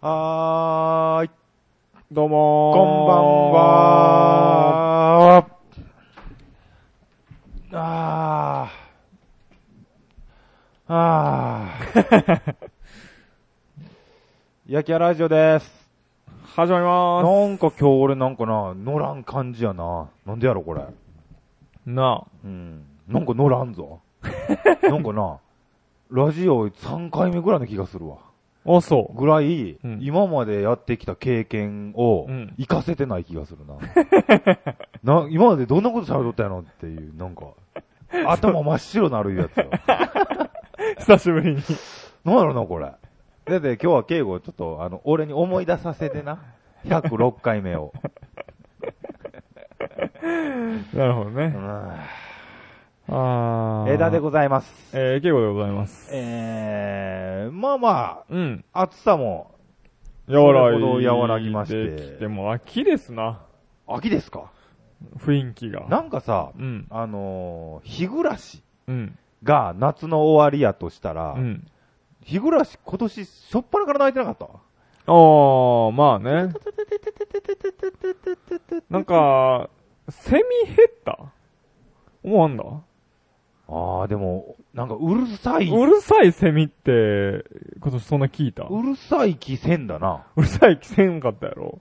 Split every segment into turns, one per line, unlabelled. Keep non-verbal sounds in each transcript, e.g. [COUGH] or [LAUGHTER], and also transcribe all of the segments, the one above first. はーい。どうもー
こんばんは
あー。あー。やきやラジオです。
始まりまー
なんか今日俺なんかな、乗らん感じやな。なんでやろこれ。
す。な
うん。なんか乗ら
[LAUGHS]
んぞ。なんかな、ラジオ3回目ぐらいの気がするわ。
あ。あ、そ
ぐらい、
うん
今までやってきた経験を
うん、
活かせてない気がする
[LAUGHS]
な。な、今までどんなこと喋っとったやろっていう、なんか、頭真っ白なるいうやつよ。
う。久しぶ
[LAUGHS]
りに。
なんやろな、これ。だって今日は敬語をちょっと、あの、俺に思い出させてな。106回目を。
なるほど
う
ね。
ん
あー。
枝でございます。
えー、敬語でございます。
えー、まあま
うん。
あ、暑さも、
和ら
それほ
い。
ど和らぎまして
できてもう秋ですな。
秋ですか
雰囲気が。
なんかさ、
うん。
あのー、日暮らし
うん。
が夏の終わりやとしたら、
うん。
日暮らし今年、しょっぱなから泣いてなかった
あー、まあね。なんか、セミ減った思わんだ
ああ、でも、なんかうるさい、
う
う
るさいセミって、今年そんな聞いたう
るさい気せんだな。
るさい気せんかったやろ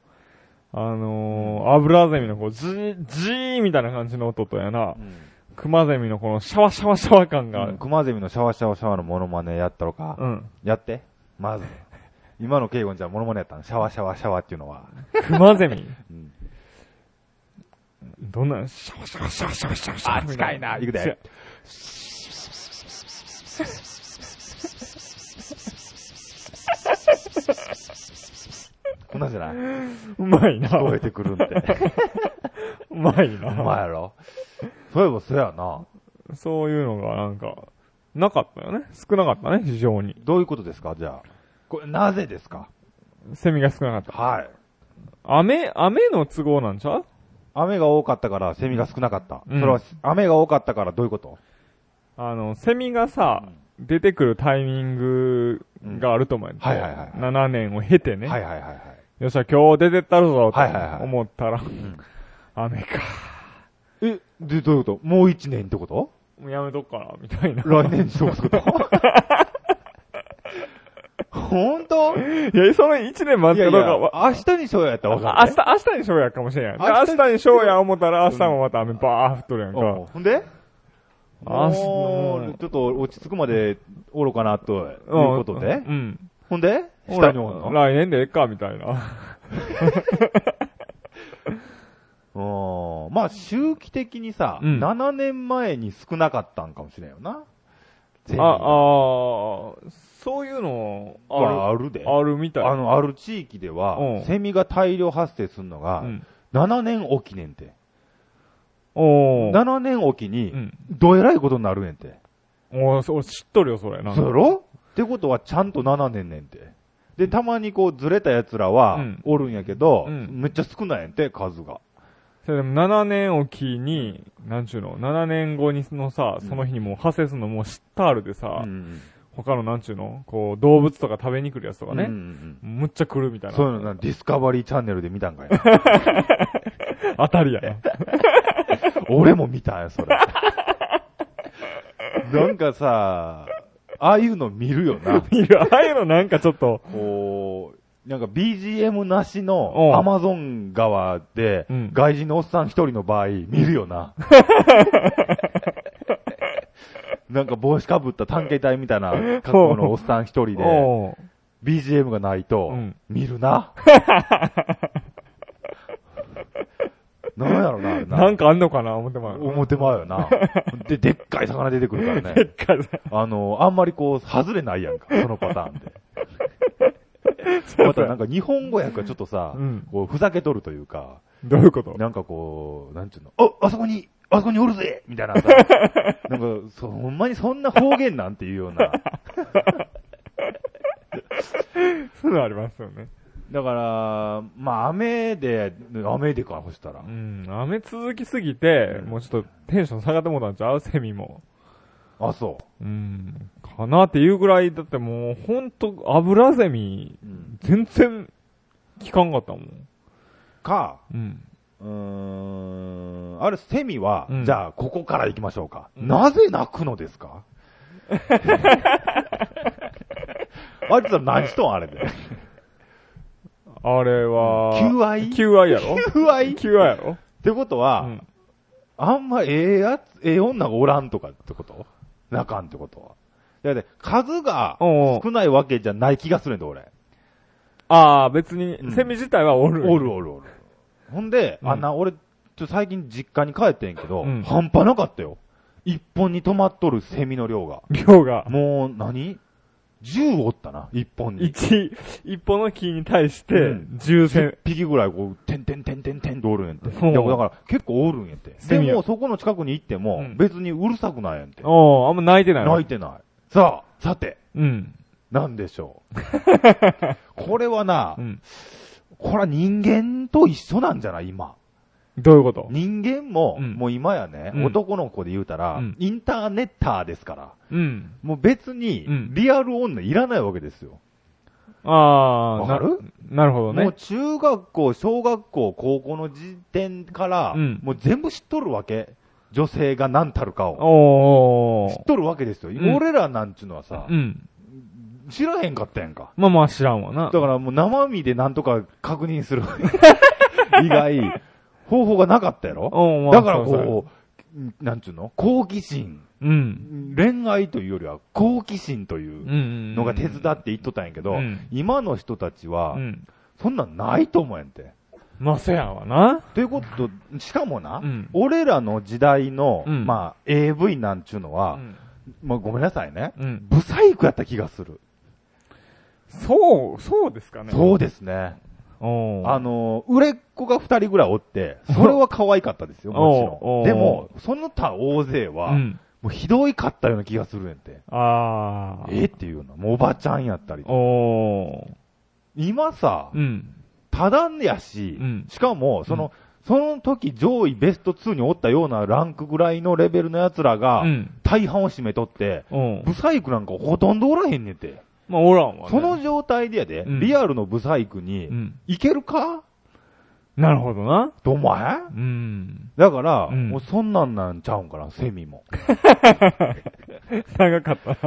あのー、アブラゼミのこう、ジー、ジーみたいな感じの音とやな。クマゼミのこのシャワシャワシャワ感があ
うん
る。
クマゼミのシャワシャワシャワのモノマネやったろか。
うん。
やって。まず。今の敬語にじゃあモノマネやったのシャワシャワシャワっていうのは。
クマゼミ。
うん
どんなんシャワシャワシャワシャワシャワシャワ
あ、近いな。行く
違
で
う。
こんなんじゃないう
まいな。
聞こえてくるんで。
うまいうな。
まいやろそういえばそうやな。
そういうのがなんか、なかったよね。少なかったね、非常に。
どういうことですかじゃあ。これ、なぜですか
セミが少なかった。
はい。
雨、雨の都合なんちゃう
雨が多かったからセミが少なかった。
うん
それは、雨が多かったからどういうこと
あの、セミがさ、出てくるタイミングがあると思う、ん、
はいはいはいはい
7年を経てね。
はいはいはいはい。
よっしゃ、今日出てったるぞ、と
はいはいはい
思ったら、
ん
雨か。
え、で、どういうこともう一年ってこと
もうやめとくかな、みたいな。 [LAUGHS]
来年に過ごすこと本当
いや、その1年待
い
っ
や
て
い
どう
や、
か
明
わ。
日にしようやったら
明
わかる
日、明日にしようやかもしれんやん。
明日
明日にしようや思ったら、明日もまた雨バー降っとるやん
で。うん
か。
ほんで
明日
もうちょっと落ち着くまでおろかな、という
うん
ことで。
うん。
ほんで下におんの
来年でええか、みたいな。
うんまあ、周期的にさ、
うん
7年前に少なかったんかもしれんよな。
あ、あーそういうの、
ある。
あ
あるで。
る、あるみたい。
あの、ある地域で
う
は
ん、
セミが大量発生するのが
う、ん。
7年おきねんて。
おー。
7年おき
う
に、
ん。
どえらいことになるねんて。
おーそう、知っとるよ、それ。なんか
そやろってことはちゃんと7年ねんて。で、たまにこうずれた奴らは
うん
おるんやけど、
うん
めっちゃ少ないねんて、数が。
それでも7年おきに、なんちゅうの、7年後にのさ、
うん
その日にもう派生するのもう知ったあるでさ、
うん
他のなんちゅうの、こう、動物とか食べに来るやつと
う
か
んう
ね、
ん
むっちゃ来るみたいな。
そういうのな、ディスカバリーチャンネルで見たんかいな。
当たりやな。
[LAUGHS] 俺も見たよ、 [LAUGHS] それ。なんかさ、ああいうの [LAUGHS] 見るよな。
いや、ああいうのなんかちょっと、
こう、なんか BGM なし
う
の
ん
アマゾン川で
うん、
外人のおっさん一人の場合、見るよ
[LAUGHS]
な。なんか帽子かぶった探検隊みたいな格好のおっさん一人で、
おう
BGM がないと
うん、
見
[LAUGHS]
るな。なんやろな、あれ
な
な。
んかあんのかな思ってまう。
思ってまうよな。で、でっかい魚出てくるから
で [LAUGHS]
ね。
っかいな。
[LAUGHS] あの、あんまりこう、外れないやんか、そのパターンで。またなんか日本語訳はちょっとさ、
うん
こうふざけとるというか、
どういうこと
なんかこう、なんちゅうの、あ、あそこに、あそこにおるぜみたいな
[LAUGHS]
さ、なんかそう、ほんまにそんな方言なんていうような。
そういうのありますよね。
だから、まあ雨で、雨でか、ほしたら
う。ん、雨続きすぎて、もうちょっとテンション下がってもうたんちゃうセミも。
あ、そ
うん、かなっていうぐらい、だってもう、ほんと、油ゼミ
う。うん
全然、聞かんかったもん。
か、
うん。
うーん、あれ、セミは、
うん
じゃあ、ここから行きましょうか。
うん
なぜ泣くので
[LAUGHS]
すかあいつら何しとんあれで。
あれは、
求愛
求愛やろ
求愛っ
求愛やろ
てこと
う
は、
ん。
あんまええやつ、ええ女がおらんとかってことなかんってことは。だって、数が
おう
少ないわけじゃない気がするんだ、俺。
ああ、別に
う、ん
セミ自体はおる。
お。るおるおる。ほんで、
うん
あんな、俺、ちょ、最近実家に帰ってんけど、
うん
半端なかったよ。一本に止まっとるセミの量が。
量が、
もう何、?10 おったな、一本に。
一、一本の木に対し
う
て
ん、
十
10
戦。
匹ぐらいこう、てんてんてんてんてんとおるんやって。
そう
いやだから結構おるんやって。
セ
で
ミや
も、そこの近くに行っても、
うん
別にうるさくないやんって。
おうあんま泣いてない
泣い
わ。
てない。さあ、さて。
うん。
なんでしょ
[LAUGHS]
う。これはな
う、ん。
これは人間と一緒なんじゃない今。
どういうこと
人間も、
うん
もう今やね、
うん
男の子で言うたら、
うん
インターネッターですから、
うん。
もう別に
うん、
リアル女いらないわけですよ。
ああ、
わかる
ななるほど
もう
ね。
中学校、小学校、高校の時点から、
うん
もう全部知っとるわけ。女性が何たるかを。
お
知っ
ー。
とるわけですよ。
ん
俺らなんちゅうのはさ、
うん。
知らへんかったやんか。
まあまあ知らんわな。
だからもう生身でなんとか確
[LAUGHS]
認する以外、方法がなかったやろ
お
だから
う
こう、なんちゅうの好奇心。
そう。うん。
恋愛というよりは好奇心と
う
い
んう
うん
うん。
のが手伝って言っとったんやけど、
うん
今の人たちは
う、ん。
そんなんないと思うんやんて。
まあせやわな。
ということ、しかもな、
うん
俺らの時代の、
うん
まあ、AV なんちゅうの
う
は、
ん。
まあ、ごめんなさいね。
うん。
ブサイクやった気がする。
そう、そうですかね。
そうですね。
おー
あの、売れっ子が二人ぐらいおって、それは可愛かったですよ、もち
おうお
ろ。
うん
でも、その他大勢は、
うん。
もうひどいかったような気がするねんて。
ああ。
えっていうの。もうおばちゃんやったりとか。
おー。
今さ
う、ん。
多段やし
うん、
しかも、その、その時上位ベスト2におったようなランクぐらいのレベルの奴らが
う、ん。
大半を占めとって、
うん。
ブサイクなんかほとんどおらへんねんて。
まあおらんわね。
その状態でやで、
うん
リアルのブサイク
う
に、
ん。
いけるか
なるほどな。
とお前
うん。
だから、
うん
もうそんなんなんちゃうんかな、セ
[LAUGHS]
ミも。
長かったな。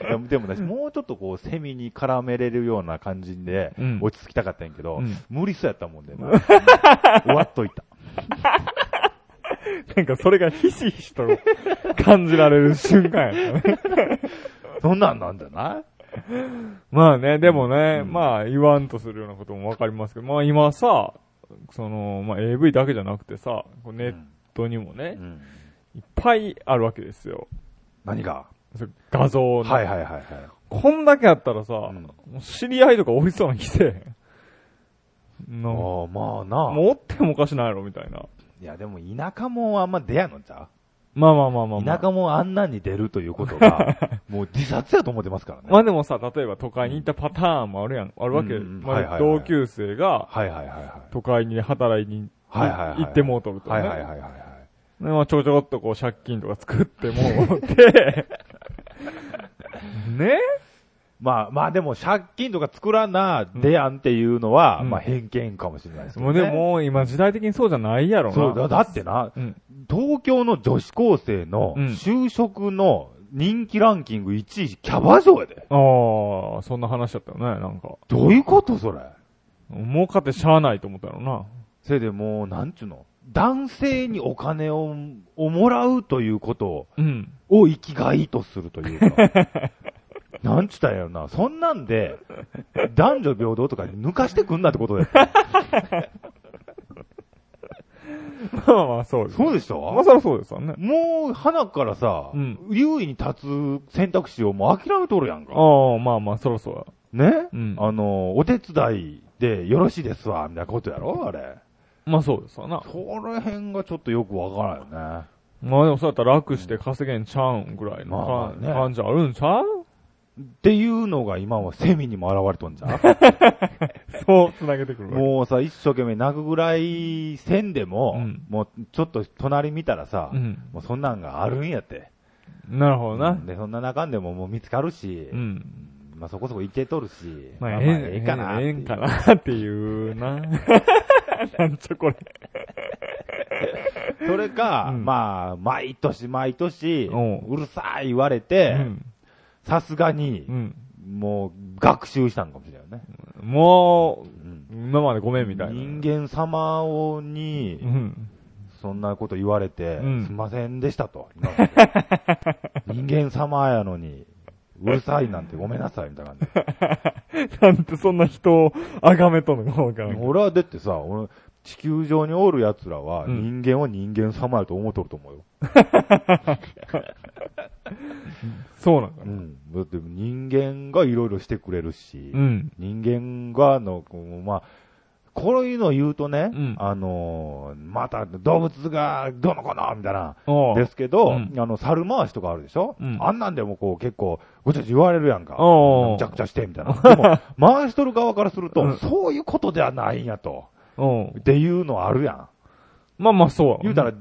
いやでもね、もうちょっとこう、セミに絡めれるような感じで
うん、
落ち着きたかったんやけど、
うん
無理そうやったもんで、
[LAUGHS]
な終わっといた。
なんかそれがひしひしと感じられる瞬間やったね。
そんなんなんじゃない
[LAUGHS] まあね、でもね、
うん
まあ言わんとするようなこともわかりますけど、まあ今さ、その、まあ AV だけじゃなくてさ、こうネットにもね
う、ん
いっぱいあるわけですよ。
何が
それ画像の。
はいはいはいはい。
こんだけあったらさ、
うん
もう知り合いとかおりそうな気せえへん。
あ
なも
あ、まあ
う
な。
おってもおかしないやろ、みたいな。
いやでも田舎もんはあんま出やのちゃ
まあまあまあまあ、
う
まあ。
田舎もんあんなんに出るということ [LAUGHS] が、もう自殺やと思ってますからね。
まあでもさ、例えば都会に行ったパターンもあるやん、あるわけ。
うんうん
ま
はいはいは
あ
い
同級生が
はいはいはいはい。
都会に働いに
はいはいは
行
い。
ってもうとるとか
はい
ね。
はいはいはいはい。
でまあちょこちょこっとこう借金とか作ってもう
[LAUGHS]
て、ね
まあまあでも借金とか作らなでやんっていうのは、
うん
まあ偏見かもしれないですけ
も
ど
う
ね。
でも今時代的にそうじゃないやろな。
そうだ、だってな、
うん。
東京の女子高生の
うん
就職の人気ランキング1位、キャバ嬢やで。
ああ、そんな話だったよね、なんか。
どういうことそれ。
儲かってしゃあないと思ったよな。
それでもう、なんちゅうの、男性にお金ををもらうということ
うん。
を生きがいとするという
[LAUGHS]
か。なんちゅったんやろな。そんなんで、男女平等とか抜かしてくんなってことだよ。
まあまあまあ、 [LAUGHS] そうです。
そうでし
まあ
ょ
そりゃそうですわね。
もう、花からさ、
うん
優位に立つ選択肢をもう諦めとるやんか。
ああ、まあまあ、そろそろ。
ね、
うん
あの、お手伝いでよろしいですわ、みたいなことやろあれ。
まあそうですわな。
その辺がちょっとよくわからんよね。
まあでもそうやったら楽して稼げんちゃうんぐらい
まあ
の
まあ
か
ね
感じあるんちゃう
っていうのが今はセミにも現れと
[LAUGHS]
んじゃん。
そう、繋げてくるわけ。
もうさ、一生懸命泣くぐらいせんでも、
うん
もうちょっと隣見たらさ、
うん。
もうそんなんがあるんやって。
なるほどな。
で、そんな中でももう見つかるし、
うん。
まあそこそこいけとるし、
まあ、
ええかなって
ええ
い
え
う。
んかなっていう
[LAUGHS]
な。なんちゃこれ。
それか、
うん
まあ、毎年毎年、
うん
うるさい言われ
う
て、
ん。
さすがに
う、ん。
もう、学習したのかもしれないよね。
も
うん
う、今までごめんみたいな。
人間様をに、
うん。
そんなこと言われて、
うん
すいませんでしたと。今ま
[LAUGHS]
で人間様やのに、うるさいなんてごめんなさい、みたいな感
なんてそんな人を崇めとんのかわからん
じ
け。ど。
俺はだってさ、俺、地球上におる奴らは、
うん
人間を人間様やと思っとると思うよ。
そうなんか
う
な。
ん。だって人間がいろいろしてくれるし、
うん。
人間がの、こうまあ、こういうのを言うとね、
うん
あのーまた動物がどうのこうのみたいな、
おう
ですけど、
うん
あの、猿回しとかあるでしょ、
うん
あんなんでもこう結構、ごちゃごちゃ言われるやんか。
おう
むちゃくちゃして、みたいな。
[LAUGHS]
でも、回しとる側からすると、
うん
そういうことではないんやと。
おう
っていうのあるやん。
まあまあそうやわ
言うたら、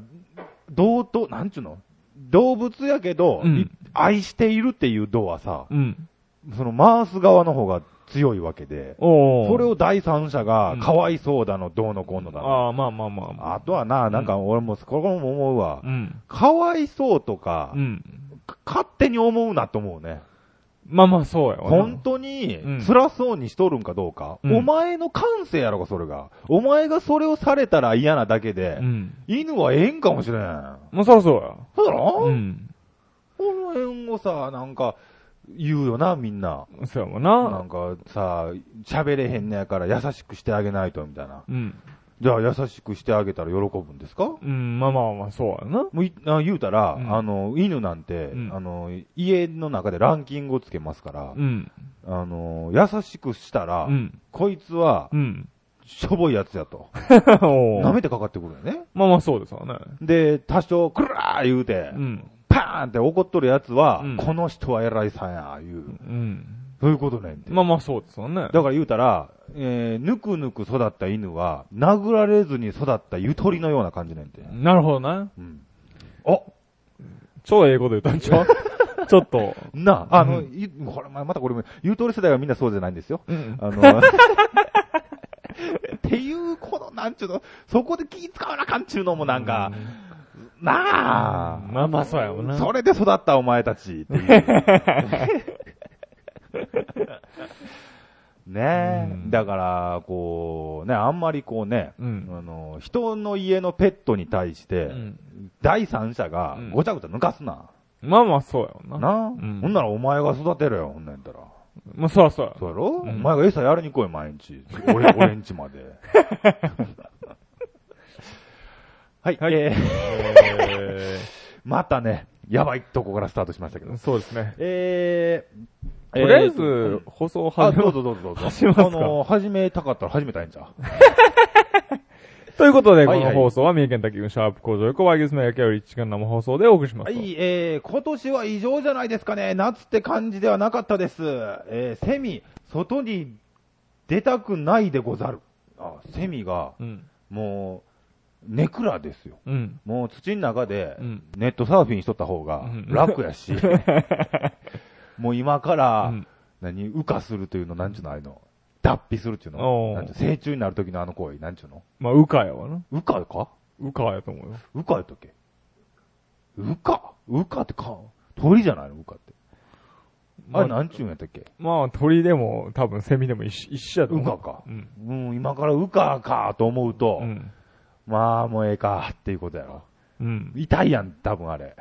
同等、なんちゅうの動物やけど、
うん
い愛しているっていう道はさ、
うん。
その回す側の方が強いわけで、
おう
それを第三者が
うん、
かわいそうだの、どうのこうのだの。
ああ、まあまあまあまあ。
あとはな、なんか俺も、これも思うわ
う。ん。
かわいそうとか
う、ん。
か勝手に思うなと思うね。
まあまあそうやわな。
本当に
うん、
辛そうにしとるんかどうか。
うん
お前の感性やろか、それが。お前がそれをされたら嫌なだけで
う、ん。
犬はええんかもしれん。
まあそらそうや。
そうだろ
うん。
この辺をさ、なんか、言うよな、みんな。
そうやわ
な
な。
んかさ、喋れへんねやから優しくしてあげないと、みたいな。
うん。
じゃあ優しくしてあげたら喜ぶんですか
うん、まあまあまあそうやな。
もういあ言うたら、
うん
あの、犬なんて、
うん
あの、家の中でランキングをつけますから、
うん。
あの、優しくしたら、
うん。
こいつは、 [LAUGHS]
うん。
しょぼいやつやと。
おう
舐めてかかってくるよね。
まあまあそうですわね。
で、多少、くらー言うて、
うん。
パーンって怒っとるやつは、
うん
この人は偉いさんや、いう、
うん。
そういうことねんて。
まあまあそうですわね。
だから言うたら、えー、ぬくぬく育った犬は、殴られずに育ったゆとりのような感じねんて。
なるほどな。
うん。あ、
超ええこと言ったん
[LAUGHS]
ちゃうちょっと。
なあ、あの、
う
いこれ、ままたこれも、ゆとり世代はみんなそうじゃないんですよ。
うん。
あ
[LAUGHS]
の、っていう、この、なんちゅうの、そこで気使わなあかんちゅうのもなんか、なあ、
まあまあそうやもんな。
それで育ったお前たち
[LAUGHS]
っていう。ねえ、
うん
だから、こう、ね、あんまりこうね、
うん。
あの、人の家のペットに対して、
うん
第三者が
うん
ごちゃごちゃ抜かすな。
まあまあそうやもんな。
なあ、
うん
ほんならお前が育てろよ、ほんなんやったら。
まあそうやそうや。
そうやろ、
うん
お前が餌やりに来い、毎日。俺、
[LAUGHS]
俺んちまで。はい、
はい
えー
え
またね、やばいとこからスタートしましたけど
ー。そうですね。
えー、
とりあえ
えー
ず、放送を
あ、
始め
ど
ま
うぞどうぞどうぞ。
始めますか
あの、始めたかったら始めたいんじゃう。
ということで、
は
こ
いはい
の放送は三重県滝シャープ工場横和牛の焼きより1時間生放送でお送りしま
は
すと。
い、えー、今年は異常じゃないですかね。夏って感じではなかったです。えー、セミ、外に出たくないでござる。あ、セミが、
うん。
もう、ネクラですよ。
うん。
もう土の中で
う、ん。
ネットサーフィンしとった方が
うん
楽
[LAUGHS]
やし、もう今から、
うん
何、羽化するというの、なんちゅうの、ああいうの、脱皮するっていう
おう
の、なんちゅう成虫になる時のあの行為、なんちゅうの、
まあ、うかやわな。
羽化か
うかやと思うよ。
羽化やったっけ羽化羽化ってか、鳥じゃないの羽化って。あれ、
まあ
なんちゅうんやったっけ
まあ、鳥でも、多分、セミでも一緒、一緒やと
羽
思う。
化か。
うん。
うん、今から羽化かと思うと、
うん。
まあ、もうええかっていうことやろ。
うん。
痛いやん、多分あれ。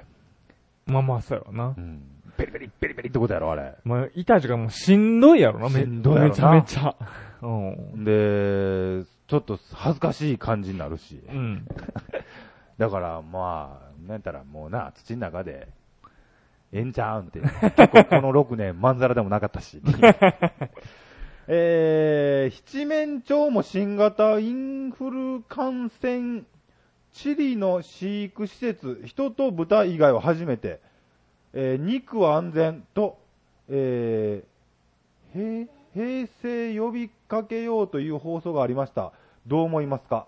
まあまあ、そうやわな
う。ん。ペリペリ、ペリペリってことやろ、あれ。
まあ、痛い時はもうしんどいやろな、め
しんどいやろな
めちゃめちゃ。うん。
で、ちょっと恥ずかしい感じになるし。
うん。
だから、まあ、なんやったらもうな、土の中で、ええんちゃうんって。結構この6年、まんざらでもなかったし。 [LAUGHS] えー、七面鳥も新型インフル感染、チリの飼育施設、人と豚以外は初めて、えー肉は安全と、えー、へ平成呼びかけようという放送がありました。どう思いますか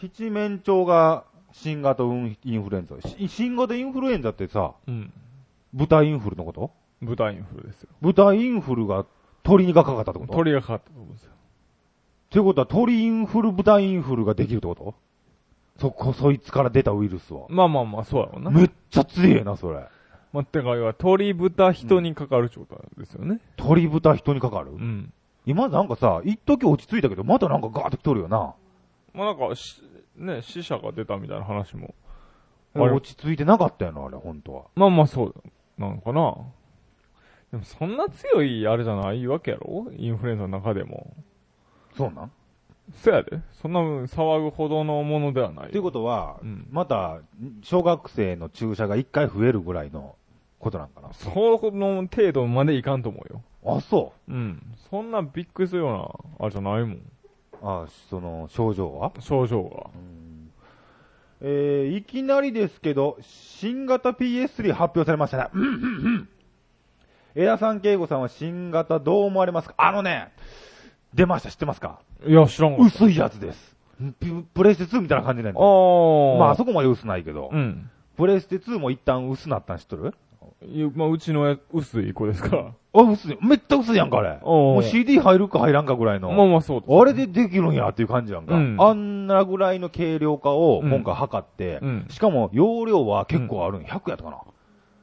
七面鳥が新型インフルエンザ。し新型インフルエンザってさ、
うん。
豚インフルのこと
豚インフルですよ。
豚インフルが鳥にかかったってこと
鳥がかかったと思うんですよ。
ということは鳥インフル、豚インフルができるってことそこ、そいつから出たウイルスは。
まあまあまあ、そうやろうな。
めっちゃ強えな、それ。
まあ、てか、要は鳥、豚、人にかかるってことなんですよね。
鳥豚人にかかる、
うん。
今なんかさ、一時落ち着いたけど、またなんかガーって来とるよな。
まあなんか、しね、死者が出たみたいな話も。あれ
落ち着いてなかったよな、あれ、本当は。
まあまあそう、なのかな。でもそんな強いあれじゃないわけやろインフルエンザの中でも。
そうなん
そやで。そんな騒ぐほどのものではない。
ということは、
うん
また、小学生の注射が一回増えるぐらいのことなんかな。
その程度までいかんと思うよ。
あ、そ
うん。そんなびっくりするような、あれじゃないもん。
う。あ、その、症状は
症状が。
えー、いきなりですけど、新型 PS3 発表されましたね。うんうんうん。枝さん、慶吾さんは新型どう思われますかあのね、出ました、知ってますか
いや、知らんかった。
薄いやつです。ププレステ2みたいな感じなん
あ
だよ
ー。
まあ、あそこまで薄ないけど、
うん。
プレステ2も一旦薄なったん知っとる
いやまあ、うちのや薄い子ですから。
あ、薄い。めっちゃ薄いやんか、あれ。
おー
もう CD 入るか入らんかぐらいの。
まあまあそうです。
あれでできるんやっていう感じやんか。
うん
あんなぐらいの軽量化を今回測って、
うん
しかも容量は結構あるん、100やったか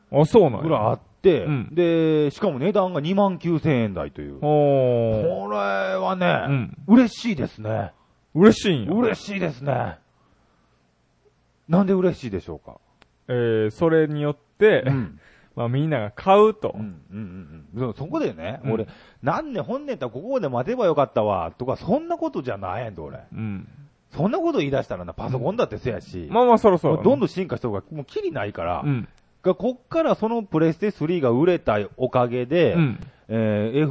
な、
あ、そうなん
ぐらい
や。
あって、
うん
で、しかも値段が2万9000円台という。こ
おー。
れは
う
ね、
ん。
嬉しいですね。
嬉しいんや。
嬉しいですね。なんで嬉しいでしょうか、
えー、それによって、
うん
[LAUGHS] まあみんなが買うと
う。んうんうんうん、そそこでね、
うん
俺、なんで本年やったらここまで待てばよかったわとか、そんなことじゃないやんで、俺。
うん。
そんなこと言い出したらな、パソコンだってせやし、
まあまあそろそ
も
ろ。
うどんどん進化した方がもうキリないから、
うん。
がこっからそのプレステ3が売れたおかげで、
うん。
えー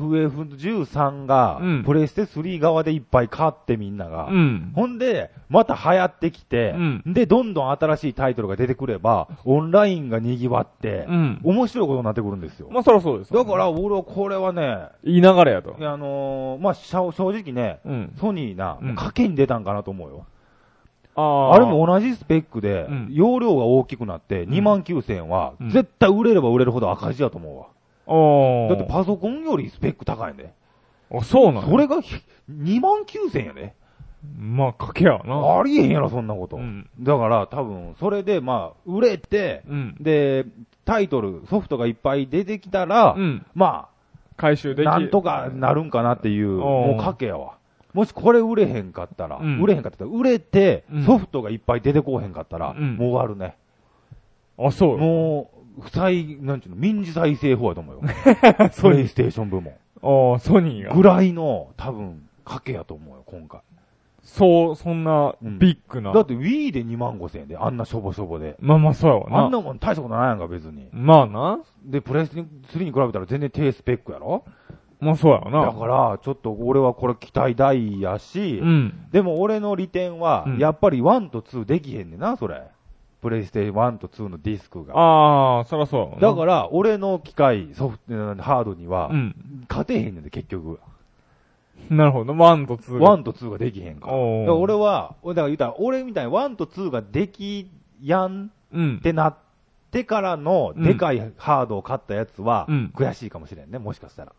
FF13 が、
うん
プレステ3側でいっぱい買ってみんなが、
うん。
ほんで、また流行ってきて、
う
で、どんどん新しいタイトルが出てくれば、オンラインが賑わって、
うん。
面白いことになってくるんですよ。
まあそろそうです。
だから、俺はこれはね、
いい流れやと
い。やあのーまあ、しゃ正直ね、
うん。
ソニーな、
うん
賭けに出たんかなと思うよ。
ああ
あれも同じスペックで、
うん
容量が大きくなって、
ん
2万9000は、
うん
絶対売れれば売れるほど赤字だと思うわ。
お
だってパソコンよりスペック高いね。
あ、そうな
そ
の
れがひ2万9000やね。
まあ、賭けやな。
ありえへんやろ、そんなこと。
うん。
だから、多分、それで、まあ、売れて、
うん。
で、タイトル、ソフトがいっぱい出てきたら、
うん。
ま
回収
あ、
でき
なんとかなるんかなっていう、
ん
もう賭けやわ。もしこれ売れへんかったら、
うん
売れへんかったら、売れて
うん、
ソフトがいっぱい出てこうへんかったら、
うん
もう終わるね。
あ、そうよ。
もう、再、なんちゅうの、民事再生法やと
[LAUGHS]
思うよ。プレイステーション部門。
ああ、ソニーが。
ぐらいの、多分、賭けやと思うよ、今回。
そう、そんな、
うん
ビッグな
だ。って Wii で2万5千円で、あんなしょぼしょぼで。
まあまあ、そうやわな。
あんなもん大したことないやんか、別に。
まあな。
で、プレステ3に比べたら全然低スペックやろ
まあ、そうやわ
だ
な。
から、ちょっと俺はこれ期待大やし、
うん。
でも俺の利点は
う、ん
やっぱり1と2できへんねんな、それ。プレイステ1と2のディスクが。
ああ、そらそうやわな。
だから、俺の機械、ソフト、ハードには
う、ん。
勝てへんねんで、結局。
なるほど。ワンとツーが。
1と2ができへんから。だか
おー
ら俺は、だから言うたら、俺みたいに1と2ができやん
うん
っ。てなってからの、
うん
でかいハードを買ったやつは
うん、
悔しいかもしれんね、もしかしたら。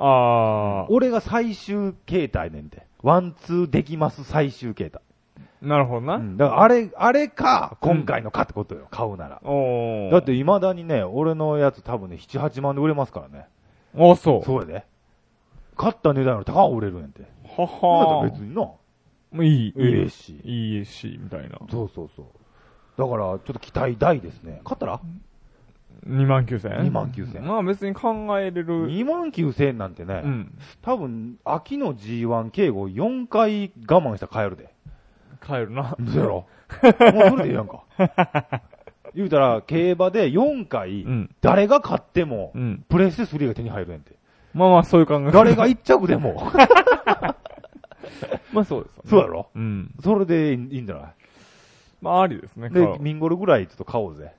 あ
俺が最終形態ねんて。ワン、ツーできます最終形態。
あ、なるほど
う
な。
んだからあれ、あれか、今回のかってことよ、買うなら。
おお。
だって、未だにね、俺のやつ多分ね、7、8万で売れますからね。
あそう。
そうやで。買った値段より高く売れるんやんて。
は
だ
は
って別にな、
もういい、
ええ
い
し。
い、いいし、みたいな。
そうそうそう。だから、ちょっと期待大ですね。買ったら
2万9千
?2 万9千。
まあ別に考えれる。
2万9千円なんてね、
うん。
多分、秋の G1 敬語4回我慢したら買えるで。
買えるな。
ゼロ。もうそれでいいや
[LAUGHS]
んか。言うたら、競馬で4回、
うん。
誰が勝っても、
うん。
プレステ3が手に入るねんて。
まあまあそういう考え。
誰が1着でも。
[LAUGHS] まあそうですよね。
そうやろ
うん。
それでいいんじゃな
まあありですね。
い
買
で、
う
ミンゴルぐらいちょっと買おうぜ。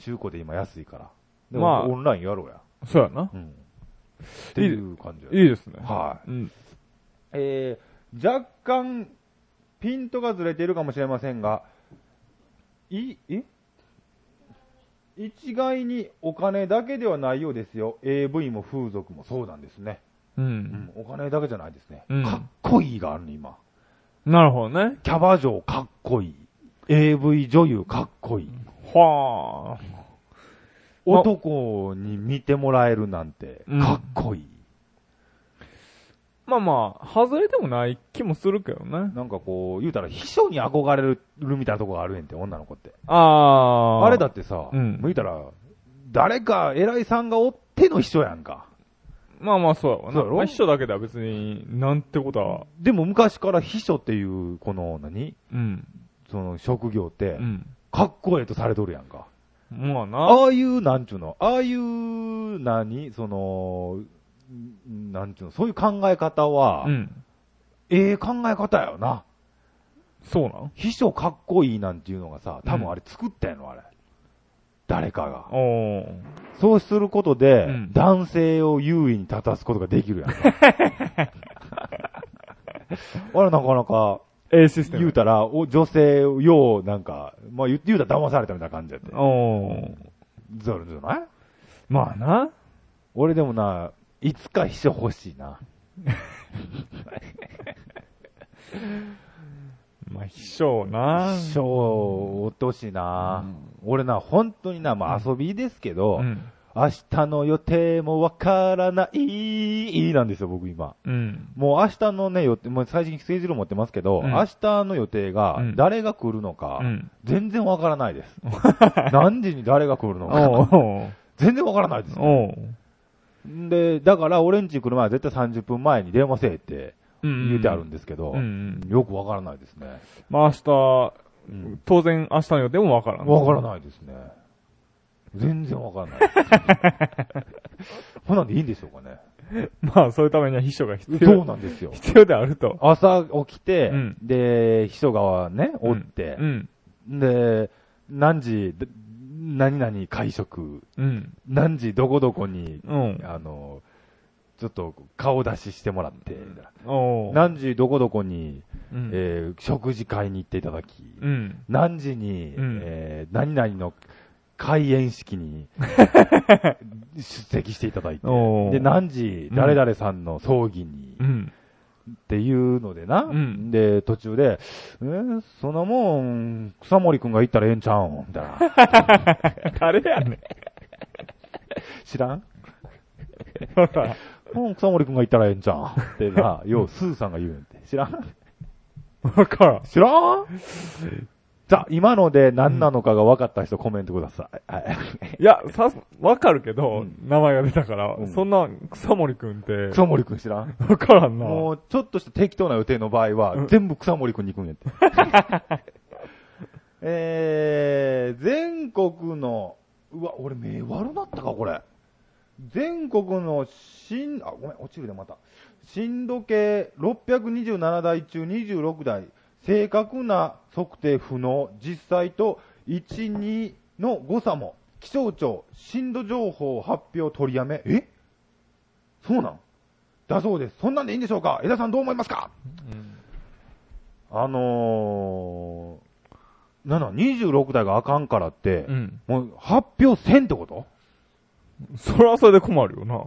中古で今安いから。でも、
まあ
オンラインやろうや。
そうやな。
うん。っていう感じや
いいですね。
はい。
うん。
えー若干、ピントがずれているかもしれませんが、い、え一概にお金だけではないようですよ。AV も風俗もそうなんですね。
う。
うんん、お金だけじゃないですね。
うん
かっこいいがあるね、今。
なるほどね。
キャバ嬢かっこいい。AV 女優かっこいい。
はあ。ま
男に見てもらえるなんて、
うん
かっこいい。
まあまあ、外れてもない気もするけどね。
なんかこう、言うたら秘書に憧れるみたいなとこがあるやんって、女の子って。
ああ。
あれだ。ってさ、
うん
向いたら、誰か偉いさんがおっての秘書やんか。
まあまあそうやわ
そう
な。
やろ
まあ一緒だけでは別に、なんてことは。
でも昔から秘書っていう、この何、
うん。
その職業って
う、ん。
かっこええとされとるやんか。
まあな。
ああいう、なんちゅうの、ああいう、何、その、んなんちゅうの、そういう考え方は、
うん。
ええ考え方やよな。
そうなん
秘書かっこいいなんていうのがさ、多分あれ作ったやろ、あれ。誰かが。
おー。
そうすることで、
うん
男性を優位に立たすことができるやんか。
[LAUGHS]
あれなかなか、
A システム。
言うたら、お女性をよう、なんか、まあ言言うたら騙されたみたいな感じやって。
おー。
ざるんじゃない
まあな。
俺でもな、いつか秘書欲しいな。
まあ秘書な。
秘書を追ってほしいな、俺な、本当にな、まあ遊びですけど、
うん。
明日の予定もわからない、なんですよ、僕今。
うん。
もう明日のね、予定、もう最近政治論持ってますけど、
うん
明日の予定が
う、ん
誰が来るのか、
うん。
全然わからな
[LAUGHS]
いです。何時に誰が来るの
お
か、
ー。
全然わからないです。
おー。
で、だから、俺んち来る前は絶対30分前に電話せえって
うん。
言うてあるんですけど、
うんうん。
よくわからないですね。
まあ明日、
うん
当然明日の予定もわからん。
わから
い。
ないですね。全然わからない。
[LAUGHS]
こんなんでいいんでしょうかね。
まあそういうためには秘書が必
そう
要。
なんですよ。
必要であると。
朝起きて、
うん
で、秘書がね、おって、
うん。
で、何時、で何々会食、
うん。
何時どこどこに、
うん。
あの、ちょっと顔出ししてもらって、
おー。
何時どこどこに、
うん
えー食事会に行っていただき、
うん。
何時に、
うん
えー何々の開園式に
[LAUGHS]
出席していただいて、
おー。
で、何時、
うん
誰々さんの葬儀に、
[LAUGHS] うん。
っていうのでな、
うん
で、途中で、えーそんなもん、草森くんが行ったらええんちゃうんみたいな。
誰やねん。
知らん [LAUGHS]
ほら
うん、草森くんが行ったらええんちゃうんってな、よう、スーさんが言うんって。知らん
[LAUGHS] わからん。
知らんさあ、今ので何なのかが分かった人コメントください。はい
いや、さ、わかるけど、
うん
名前が出たから、
うん
そんな、草森くんって、
草森くん知らん
わからんな。
もう、ちょっとした適当な予定の場合は、
うん
全部草森くんに行くんやって。
[LAUGHS]
えー、全国の、うわ、俺目悪なったか、これ。全国の新、あ、ごめん、落ちるで、また。震度計627台中26台、正確な測定不能、実際と1、2の誤差も、気象庁、震度情報発表取りやめ。えそうなんだそうです。そんなんでいいんでしょうか江田さんどう思いますか
うん
あのー、なんだ、26台があかんからって、
うん。
もう発表せんってこと
それはそれで困るよな。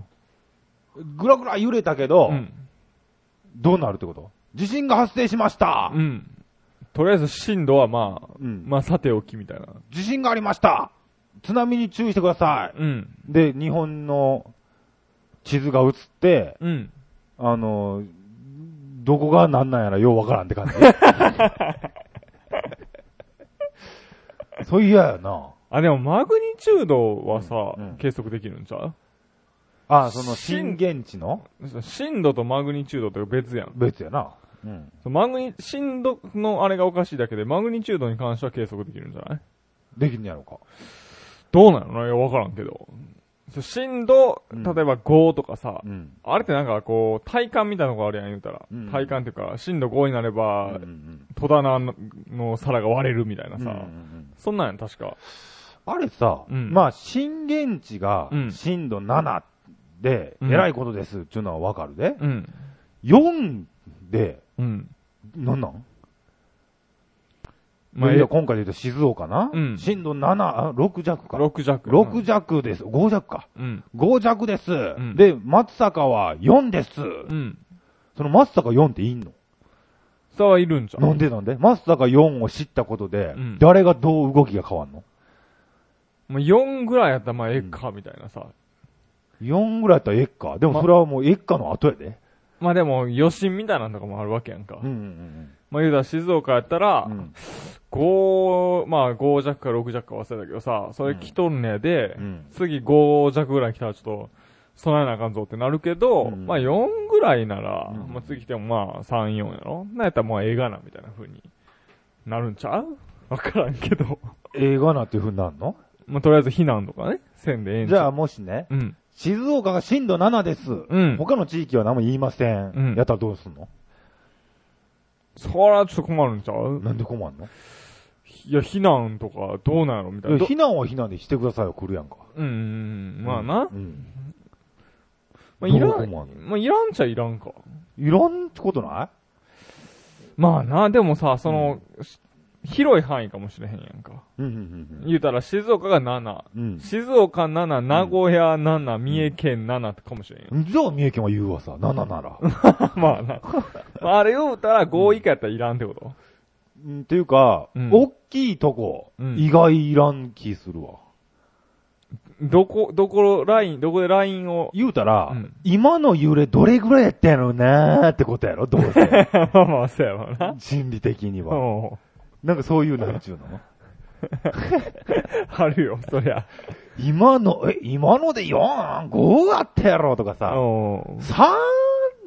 ぐらぐら揺れたけど、
うん。
どうなるってこと地震が発生しました、
うん。とりあえず、震度はまあ、
うん
まあ、さておきみたいな。
地震がありました津波に注意してくださ
うん。
いで、日本の地図が映って、
うん。
あのー、どこがなんなんやらようわからんっ
[LAUGHS]
て感じ。そういややな。
あ、でも、マグニチュードはさ、
うんうん
計測できるんちゃ
あその
震
震源地の
う震度とマグニチュードって別やん。
別やな。うん。
そうマグニ、震度のあれがおかしいだけで、マグニチュードに関しては計測できるんじゃない
できんねやろか。
どうなのいや、わからんけど。そう震度、
うん
例えば5とかさ、
うん。
あれってなんかこう、体感みたいなのがあるやん、言うたら。
うん
体感っていうか、震度5になれ
うんう
ば、
ん
戸棚の皿が割れるみたいな
うんうん
さ。
うん
そんなんやん、確か。
あれさ、
うん
まあ、震源地が
うん
震度7で、
うん
えらいことですっていうのはわかるで。
うん。
4で、
うん。
なんなん
まあ、
いや
え
今回で言うと静岡な。
うん
震度7、あ6弱か。
6弱。
6弱です。5弱か。
うん。
5弱です。
ん
で、松坂は4です。
うん。
その松坂4っていんの
さはいるんじゃん。
なんでなんで松坂4を知ったことで
うん、
誰がどう動きが変わんの
まあ、4ぐらいやったらまあええか、みたいなさ。
?4 ぐらいやったらエッカー。でもそれはもうエッカーの後やで。
まあでも、余震みたいなのとかもあるわけやんか。
うんうん
まあ言うたら静岡やったら
うんう、ん。
5、まあ5弱か6弱か忘れたけどさ、それ来とんねやで
う、ん。
次5弱ぐらい来たらちょっと、備えなあかんぞってなるけど、
うん
まあ4ぐらいなら、
うん
まあ次来てもまあ3、4やろなんやったらまあええがな、みたいな風になるんちゃう [LAUGHS] わからんけど。
映画なっていう風になるの
まあとりあえず避難とかね、せんでええん
じゃ
あ、
あもしね、
うん。
静岡が震度7です。
うん。
他の地域は何も言いません。
うん
やったらどうすんの
そらちょっと困るんちゃう
なんで困んの
いや、避難とかどうなんやろみたい
いや
な。ど
避難は避難でしてくださいよ、来るやんか。
うんうんうん、まあな。
うん。
まあいら
どう思わんの
ん、まあいらんちゃいらんか。
いろんってことない
まあな、でもさ、その、し広い範囲かもしれへんやんか。
うんうん
言うたら静岡が7。
うん
静岡7、名古屋7、三重県7かもしれんよ。
うん。じゃあ三重県は言うわさ、7なら。
[LAUGHS] まあな。まああれを言うたら5以下やったらいらんってこと
うんっていうか、
うん
大きいとこ、
うん
意外いらん気するわ。
どこ、どこライン、どこでラインを。
言うたら、
うん
今の揺れどれぐらいやったんやろうなーってことやろ、どう
[LAUGHS]
せ。
[LAUGHS] まあまあ、そうやろな。
心理的には。
うん。
なんかそういう、なんちゅうの
あるよ、そりゃ。
今の、え、今ので4、5あったやろとか
う
さ、
ん。
3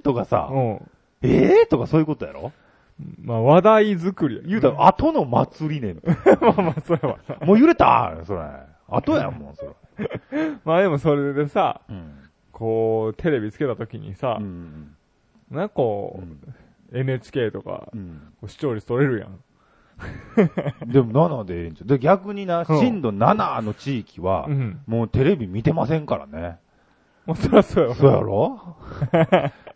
とかさ、
うん。
えーとかそういうことやろ
まあ、話題作りやけど
言うたら、後の祭りねん。
[LAUGHS] まあまあ、それは。
もう揺れたそれ。後やもん、それ。
まあでもそれでさ、
うん。
こう、テレビつけた時にさ
う、ん。
なんかこう、NHK とか、
うん。
こう視聴率取れるやん。
でも7でええんちゃう。で、逆にな、
うん
震度7の地域は
う、ん。
もうテレビ見てませんからね。
まあそりゃそうやわ
そうや
[LAUGHS]
ろ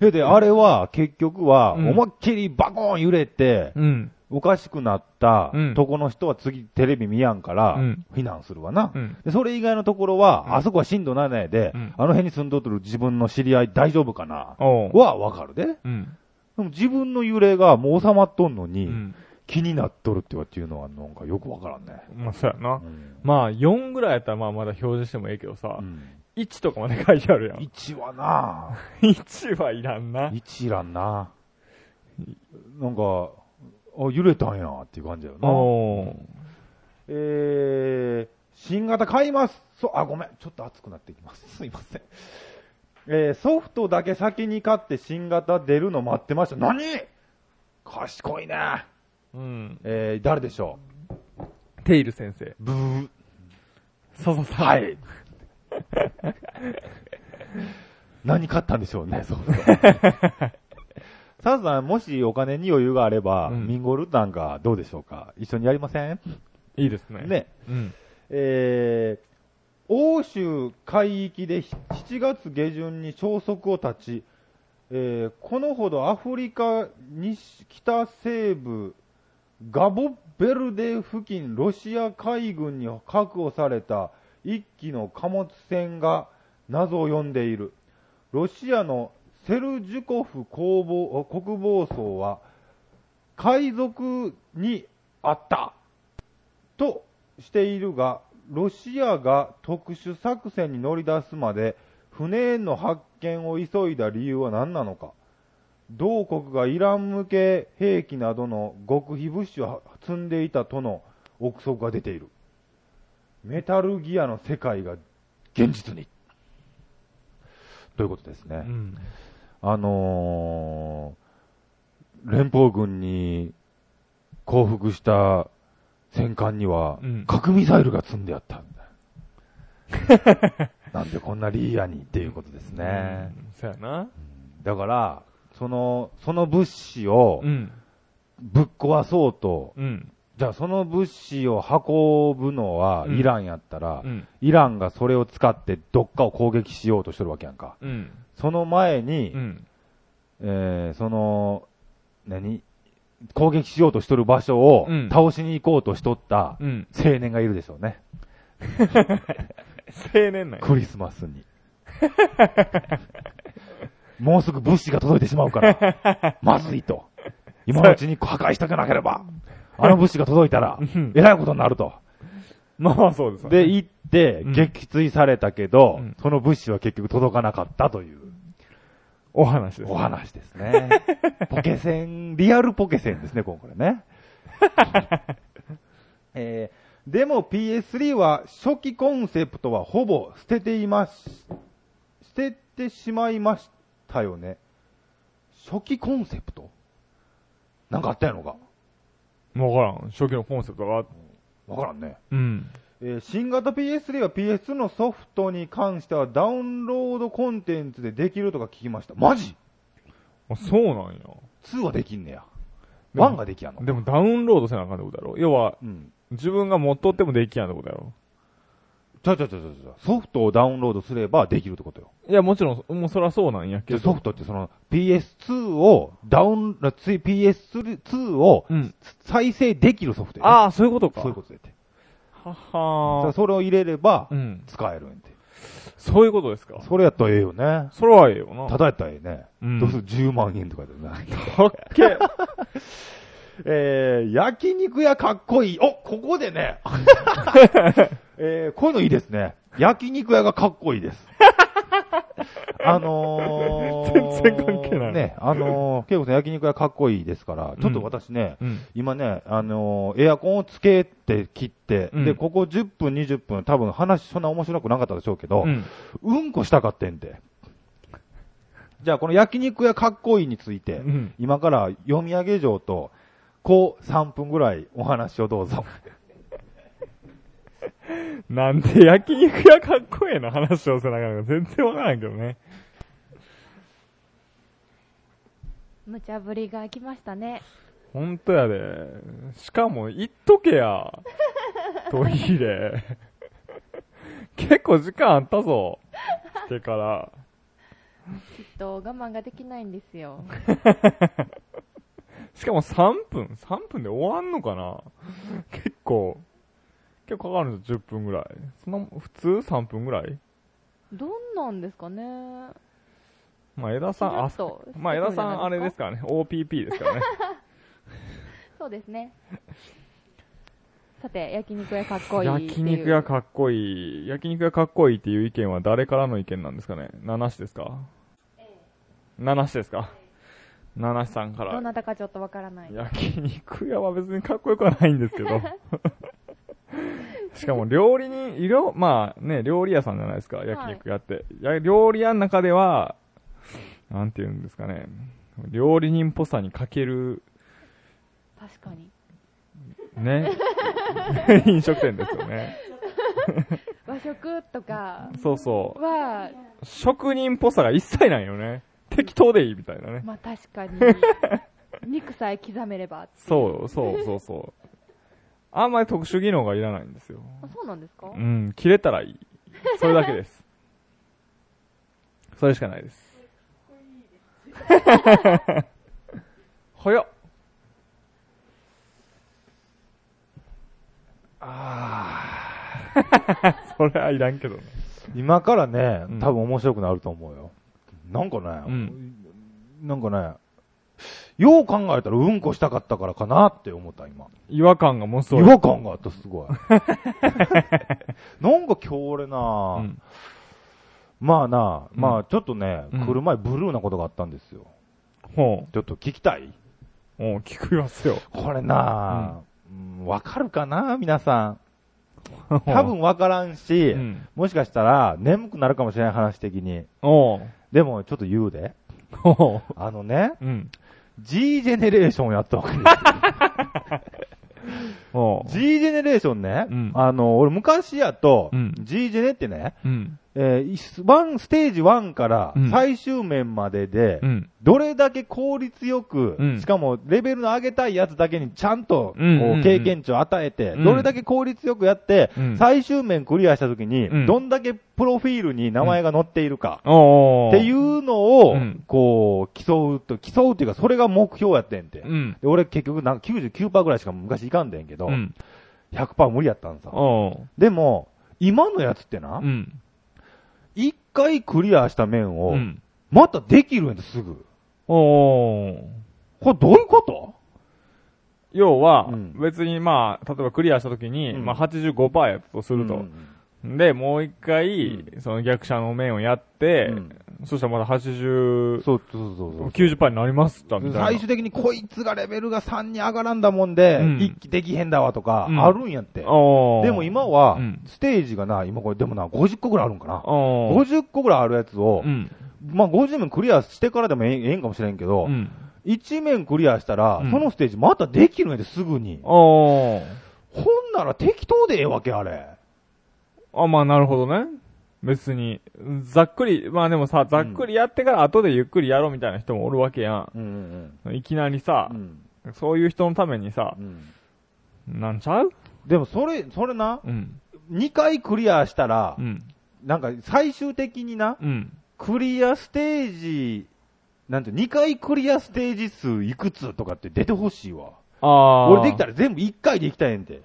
で、で、あれは、結局は、
うん
思いっきりバコーン揺れて、
うん。
おかしくなった
うん
とこの人は次テレビ見やんから
うん、
避難するわな
う。ん。
でそれ以外のところ
うん
は、あそこは震度7やで
うん、
あの辺に住んどっとる自分の知り合い大丈夫かな
おう。
はわかるで。で
うん。
も自分の揺れがもう収まっとんの
う
に、
ん。
気になっとるっていうのはなんかよくわからんね。
まあそうやな
う。ん
まあ、4ぐらいやったらまあまだ表示してもええけどさ
う、ん
1とかまで書いてあるや [LAUGHS] ん。
1はな
1はいらん [LAUGHS] な。
一らんななんか、あ、揺れたんやっていう感じだよな。
おう。
えー、新型買います。そう、あ、ごめん。ちょっと熱くなってきます。 [LAUGHS] すいません。えー、ソフトだけ先に買って新型出るの待ってました。何賢いね。
うん。
えー、誰でしょ
テイル先生。
うブー。
そうそうそう。
はい。何買ったんでしょうね、ソフト。サザさん、もしお金に余裕があれば、
うん
ミンゴルなんかどうでしょうか一緒にやりません
いいですね。。
ね。
うん。
えー欧州海域で7月下旬に消息を絶ち、えーこのほどアフリカ西北西部ガボベルデ付近ロシア海軍に確保された1機の貨物船が謎を呼んでいるロシアのセルジュコフ公防国防相は海賊にあったとしているが、ロシアが特殊作戦に乗り出すまで、船の発見を急いだ理由は何なのか、同国がイラン向け兵器などの極秘物資を積んでいたとの憶測が出ている、メタルギアの世界が現実に。ということですね。
うん。
あのー連邦軍に降伏した戦艦には
うん、
核ミサイルが積んであったみたい
[LAUGHS]
な。なんでこんなリーヤにっていうことですね。
うん。そうやな。
だから、その、その物資を
うん。
ぶっ壊そうと、
うん。
じゃあその物資を運ぶのは
うん
イランやったら、
うん。
イランがそれを使ってどっかを攻撃しようとしてるわけやんか。
うん。
その前に、
うん。
えーその、何攻撃しようとしとる場所を
うん
倒しに行こうとしとった
うん。
青年がいるでしょうね。
青年なんや。
クリスマスに。もうすぐ物資が届いてしまうから、まずいと。今のうちに破壊したくなければ、あの物資が届いたら
ん、
えらいことになると。
まあ [LAUGHS] まあそうですよね。
で、行って
うん、
撃墜されたけど、
うん
その物資は結局届かなかったという
お話です。
お。話ですね。ポケセン、リアルポケセンですね、今回
[LAUGHS]
ね。えーでも PS3 は初期コンセプトはほぼ捨てています。捨ててしまいましたよね。初期コンセプトなんかあったやのか
わからん。初期のコンセプトが、
わからんね。
うん。
えー新型 PS3 は PS2 のソフトに関してはダウンロードコンテンツでできるとか聞きました。マジ
あそうなんや。
?2 はできんねや。
でも
1ができやの。
でもダウンロードせなあかんってことだろ。要は、
うん。
自分が持っとってもできやんってことだろ。
ちゃうちゃうちゃうちゃうちゃう。ソフトをダウンロードすればできるってことよ。
いや、もちろん、もうそらそうなんやけ
で
ど。
ソフトってその PS2 をダウン、つい PS2 を
うん。
再生できるソフトやね、
ああ、そういうことか。
そういうことやって。
と。
だ
は
から
は
それを入れれば
ー。うん。
使えるんやて。
そういうことですか。
それやったらええよね。
それはええよな。
ただやったらええね。
うん
どうする ?10 万円とかでな。
かっけえ。
[LAUGHS] えー、焼肉屋かっこいい。お、ここ
[LAUGHS]
でね。えー、こういうのいいですね。焼肉屋がかっこいい
[LAUGHS]
です。あのー、
全然関係ない
ね、あのー、ケイコさん焼肉屋かっこいいですから、ちょっと私ね、
うん。
今ね、あのーエアコンをつけて切って、
うん
で、ここ10分、20分、多分話そんな面白くなかったでしょうけど、
うん。
うんこしたかってんで。じゃあ、この焼肉屋かっこいいについて、
うん
今から読み上げ状と、こう3分ぐらいお話をどうぞ。
なんで焼肉屋かっこええの話をせながら全然わからんけどね。
無茶ぶりが来ましたね。
ほんとやで。しかも、行っとけや。トイレ。結構時間あったぞ。来てから。
きっと我慢ができないんで
[LAUGHS]
すよ。
しかも3分 ?3 分で終わんのかな結構。結構かかるんですよ、10分ぐらい。その、普通3分ぐらい
どんなんですかね。
まあ、枝さん、あ
ちらっと
まあ、枝さん、あれですからね。OPP です
[LAUGHS]
からね。
そうですね。さて、焼肉屋かっこいいっていう。
焼肉屋かっこいい。焼肉屋かっこいいっていう意見は誰からの意見なんですかね七しですか七しですか七しさんか
ど
ら。
なたかちょっとわからない。
焼肉屋は別にかっこよくはないんですけ
[LAUGHS]
ど。しかも料理人、いろ、まあね、料理屋さんじゃないですか、焼肉屋って。や料理屋の中では、なんて言うんですかね、料理人っぽさに欠ける、
確かに。
ね、 [LAUGHS] 飲食店ですよね。
和食とか
そうそう。 [LAUGHS]
は、
職人っぽさが一切ないよね。適当でいいみたいなね。
まあ確
[LAUGHS]
かに、肉さえ刻めればっていう
そう、そう、そう、そう。あんまり特殊技能がいらないんですよ。
あそうなんですか、
うん、切れたらいい。それだけです。それしかないです。早っ。 [LAUGHS] それはいらんけどね。
[LAUGHS] 今からね
うん、
多分面白くなると思うよ。なんかね、
うん
なんかね、よう考えたらうんこしたかったからかなって思った、今。
違和感がものす
違
ごい。
和感があった、すごい。 [LAUGHS] なんか今日俺な、
うん。
まあな、
うん
まあちょっとね、
うん
来る前ブルーなことがあったんですよ。
ほ。
ちょっと聞きたいう
ほう、聞くよ、すよ。
これなうんわ、かるかな皆さん。
多
[LAUGHS] 多、分わからんし、
うん。
もしかしたら眠くなるかもしれない話的に。
おう。
でもちょっと言うで。
おう。
あのね、
うん。
G ジェネレーションやったわ
[LAUGHS]
けです
おう。
よ。G ジェネレーションね、
うん
あの、俺昔やと、
うん
G ジェネってね、
うん。
えーいすワン、ステージ1から
うん
最終面までで、
うん。
どれだけ効率よく、
うん
しかもレベルの上げたいやつだけにちゃんとこう
うんうんうん
経験値を与えて、
うん
どれだけ効率よくやって、
うん
最終面クリアしたときに、
うん
どんだけプロフィールに名前が載っているか
お。
っていううのを、
うん
こを競うと、競うっていうか、それが目標やってんて。
うん。
で俺結局なんか99%ぐらいしか昔いかんでんけど、
うん。
100%無理やったんさ。
おう。
でも、今のやつってな
う、ん。
一、回クリアした面を、
うん。
またできるんです、すぐ。
おう。
これどういうこと
要は
うん、
別にまあ、例えばクリアしたときに、
うん
まあ85%やったとすると。で、もう一回、その逆者の面をやって、
うん
そしたらまだ80、
そうそうそうそう。
90%になりました、みたいな。
最終的にこいつがレベルが3に上がらんだもんで、
うん
一気できへんだわとか、
うん
あるんやって。
おー
でも、今は
うん、
ステージがな、今これ、でもな、50個ぐらいあるんかな。
おー
50個ぐらいあるやつを
う、ん。
まあ50面クリアしてからでもええええんかもしれんけど
う、ん。
1面クリアしたら
うん、
そのステージまたできるんやで、すぐに。
おー
ほんなら適当でええわけ、あれ。
あ、まあなるほどね。別に、ざっくり、まあでもさ、ざっくりやってから後でゆっくりやろうみたいな人もおるわけや
うんうん
ん。いきなりさ
う、ん
そういう人のためにさ
う、ん
なんちゃう
でもそれ、それな、
うん。
2回クリアしたら
う、ん。
なんか最終的にな、
うん。
クリアステージ、なんて、2回クリアステージ数いくつとかって出てほしいわ。
ああ。
俺できたら全部1回で行きたいねんて。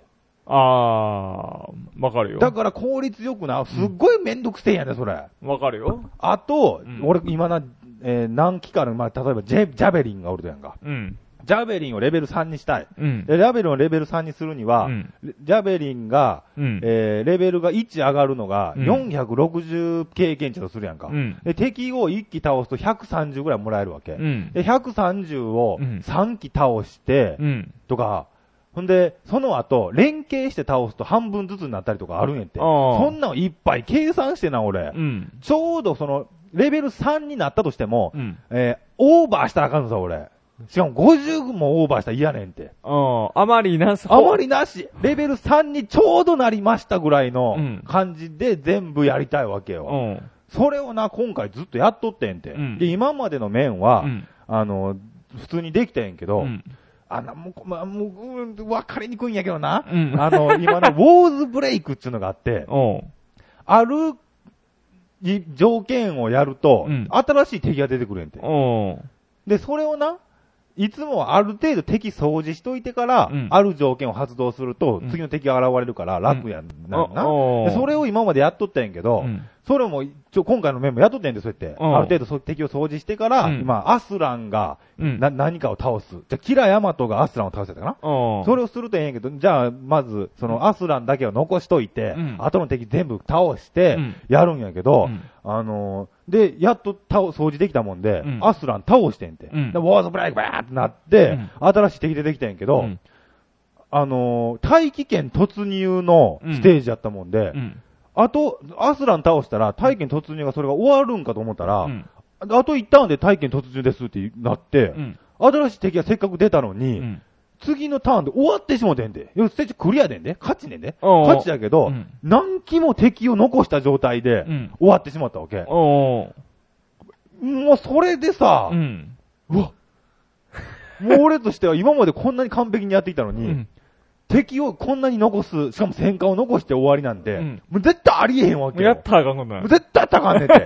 あー、わかるよ。
だから効率よくな、すっごいめんどくせえんやで、それ。
わかるよ。
あと、
うん
俺今な、えー何期かの、まあ、例えばジェジャベリンがおるとやんか。
うん。
ジャベリンをレベル3にしたい。
うん。
でジャベリンをレベル3にするには、
うん
レジャベリンが、
うん。
えーレベルが1上がるのが、
うん
460経験値とするやんか。
うん。
で敵を1機倒すと130ぐらいもらえるわけ。
うん。
で、130を
うん
3機倒して、
うん。
とか、ほんで、その後、連携して倒すと半分ずつになったりとかあるんやって。
あー
そんなのいっぱい計算してな、俺。
うん。
ちょうどその、レベル3になったとしても
う、ん。
えーオーバーしたらあかんのさ、俺。しかも50もオーバーしたら嫌ねんって。
ああ、あまりなさ。
あまりなし、レベル3にちょうどなりましたぐらいの
うん
感じで全部やりたいわけ
う
よ。
ん。
それをな、今回ずっとやっとってんて。
うん
で、今までの面は、
うん。
あの、普通にできたんやけど、
うん。
あの、もう、まあ、もう、うん、分かりにくいんやけどな。
うん
あの、今の、ウォーズブレイクっていうのがあって、
おう
ある、い条件をやると、
うん
新しい敵が出てくるんやて。
おう
で、それをな、いつもはある程度敵掃除しといてから、
うん
ある条件を発動すると、
うん
次の敵が現れるから楽やん、なな
おおう
でそれを今までやっとったんやけど、
うん
それも、ちょ、今回の面もやっとったんやで、そうやって。あ
おう
る程度そう敵を掃除してから、
うん
今、アスランが、
うん。
な、何かを倒す。じゃあ、キラヤマトがアスランを倒せたかな
おう
それをするとええんやけど、じゃあ、まず、そのアスランだけを残しといて、
うん
後の敵全部倒して
うん、
やるんやけど、
うん
あのーで、やっと倒、掃除できたもんで、
うん
アスラン倒してんて。
うん
で、ウォーズブレイクバーってなって、
うん
新しい敵出てきたんやけど、
うん
あのー大気圏突入のステージやったもんで、
うん。
あと、アスラン倒したら、大気圏突入がそれが終わるんかと思ったら、
うん。
あと一ターンで大気圏突入ですってなって、
うん。
新しい敵がせっかく出たのに、
うん。
次のターンで終わってしもてんで。要するにステージクリアでんで。勝ちねんで。
おう
勝ちやけど、
うん
何機も敵を残した状態で
うん
終わってしまったわけ。
おう
もうそれでさ
う、ん。
うわ。もう俺としては今までこんなに完璧にやってきたの
う
に、
ん。
敵をこんなに残す、しかも戦艦を残して終わりなんで、
うん
もう絶対ありえへんわけ
や
よ。
ったらあかんことな
もう
い。
絶対高んねん
[LAUGHS]
て。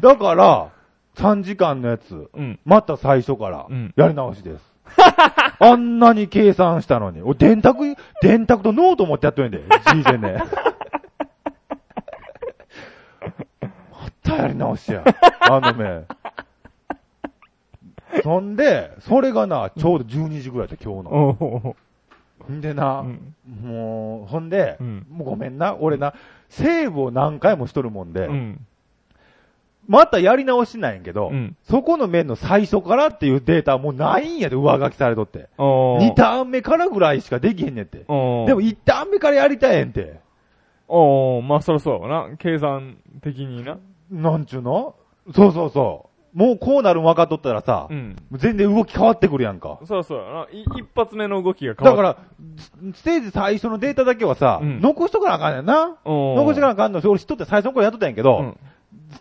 だから、3時間のやつ、
うん。
また最初から
うん、
やり直しです。 [LAUGHS] あんなに計算したのに。俺、電卓、電卓とノート持ってやっとるんで、人生ね。 [LAUGHS] またやり直しや。あのね。そんで、それがな、ちょうど12時ぐらいだった、今日の。
おうん
でな、
うん
もう、ほんで、
うん
もうごめんな、俺な、セーブを何回もしとるもんで、
うん。
またやり直しなんやけど、
うん
そこの面の最初からっていうデータはもうないんやで、上書きされとって。
おう
2ターン目からぐらいしかできへんねんって。
おう
でも1ターン目からやりたいんて。
おうまあそりゃそうやわな。計算的にな。
なんちゅうのそうそうそう。もうこうなるん分かっとったらさ、
うん。
全然動き変わってくるやんか。
そりゃそうやな。い一発目の動きが変
だ
わ
か
る。
ら、スステージ最初のデータだけはさ、
うん
残しとかなあかんねんな。
おう
残しとかなあかんのし、俺知っとって最初の頃やっとったんやけど、
うん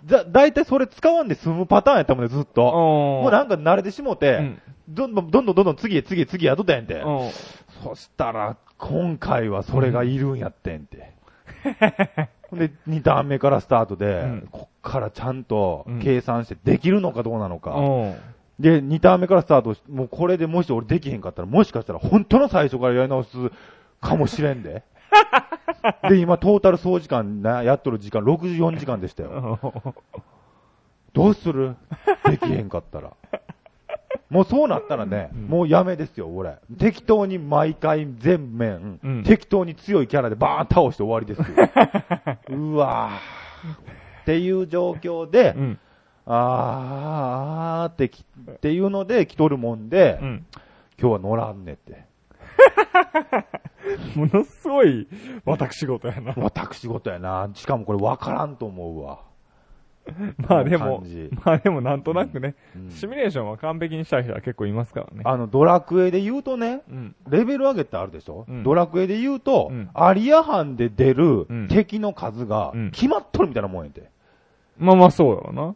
だ、だいたいそれ使わんで済むパターンやったもんね、ずっと。
お
もうなんか慣れてしもて、
うん
どんどんどんどんどんどん次へ次へ次へやっとったんやんて。
おう
そしたら、今回はそれがいるんやってんて。で、2ターン目からスタートで、
ん
こっからちゃんと
うん
計算してできるのかどうなのか。
うん。
で、2ターン目からスタートしもうこれでもし俺できへんかったら、もしかしたら本当の最初からやり直すかもしれ
[LAUGHS]
んで。で、今トータル総時間な、やっとる時間64時間でしたよ。どうするできへんかっ
[LAUGHS]
たら。もうそうなったらね、もうやめですよ、俺。適当に毎回全面、
うん
適当に強いキャラでバーン倒して終わりで
[LAUGHS]
すよ。うわーっていう状況で、
うん。
あーあーってき、っていうので来とるもんで、
うん。
今日は乗らんねって。
ものすごい、私事やな。
私事やな。しかもこれ分からんと思うわ。
まあで
この
も
感じ、
まあでもなんとなくね、
うん
シミュレーションは完璧にしたい人は結構いますからね。
あの、ドラクエで言うとね、
うん。
レベル上げってあるでしょ、
うん
ドラクエで言うと、
うん
アリア班で出る
うん
敵の数が
うん
決まっとるみたいなもんやて。
まあまあそうやろ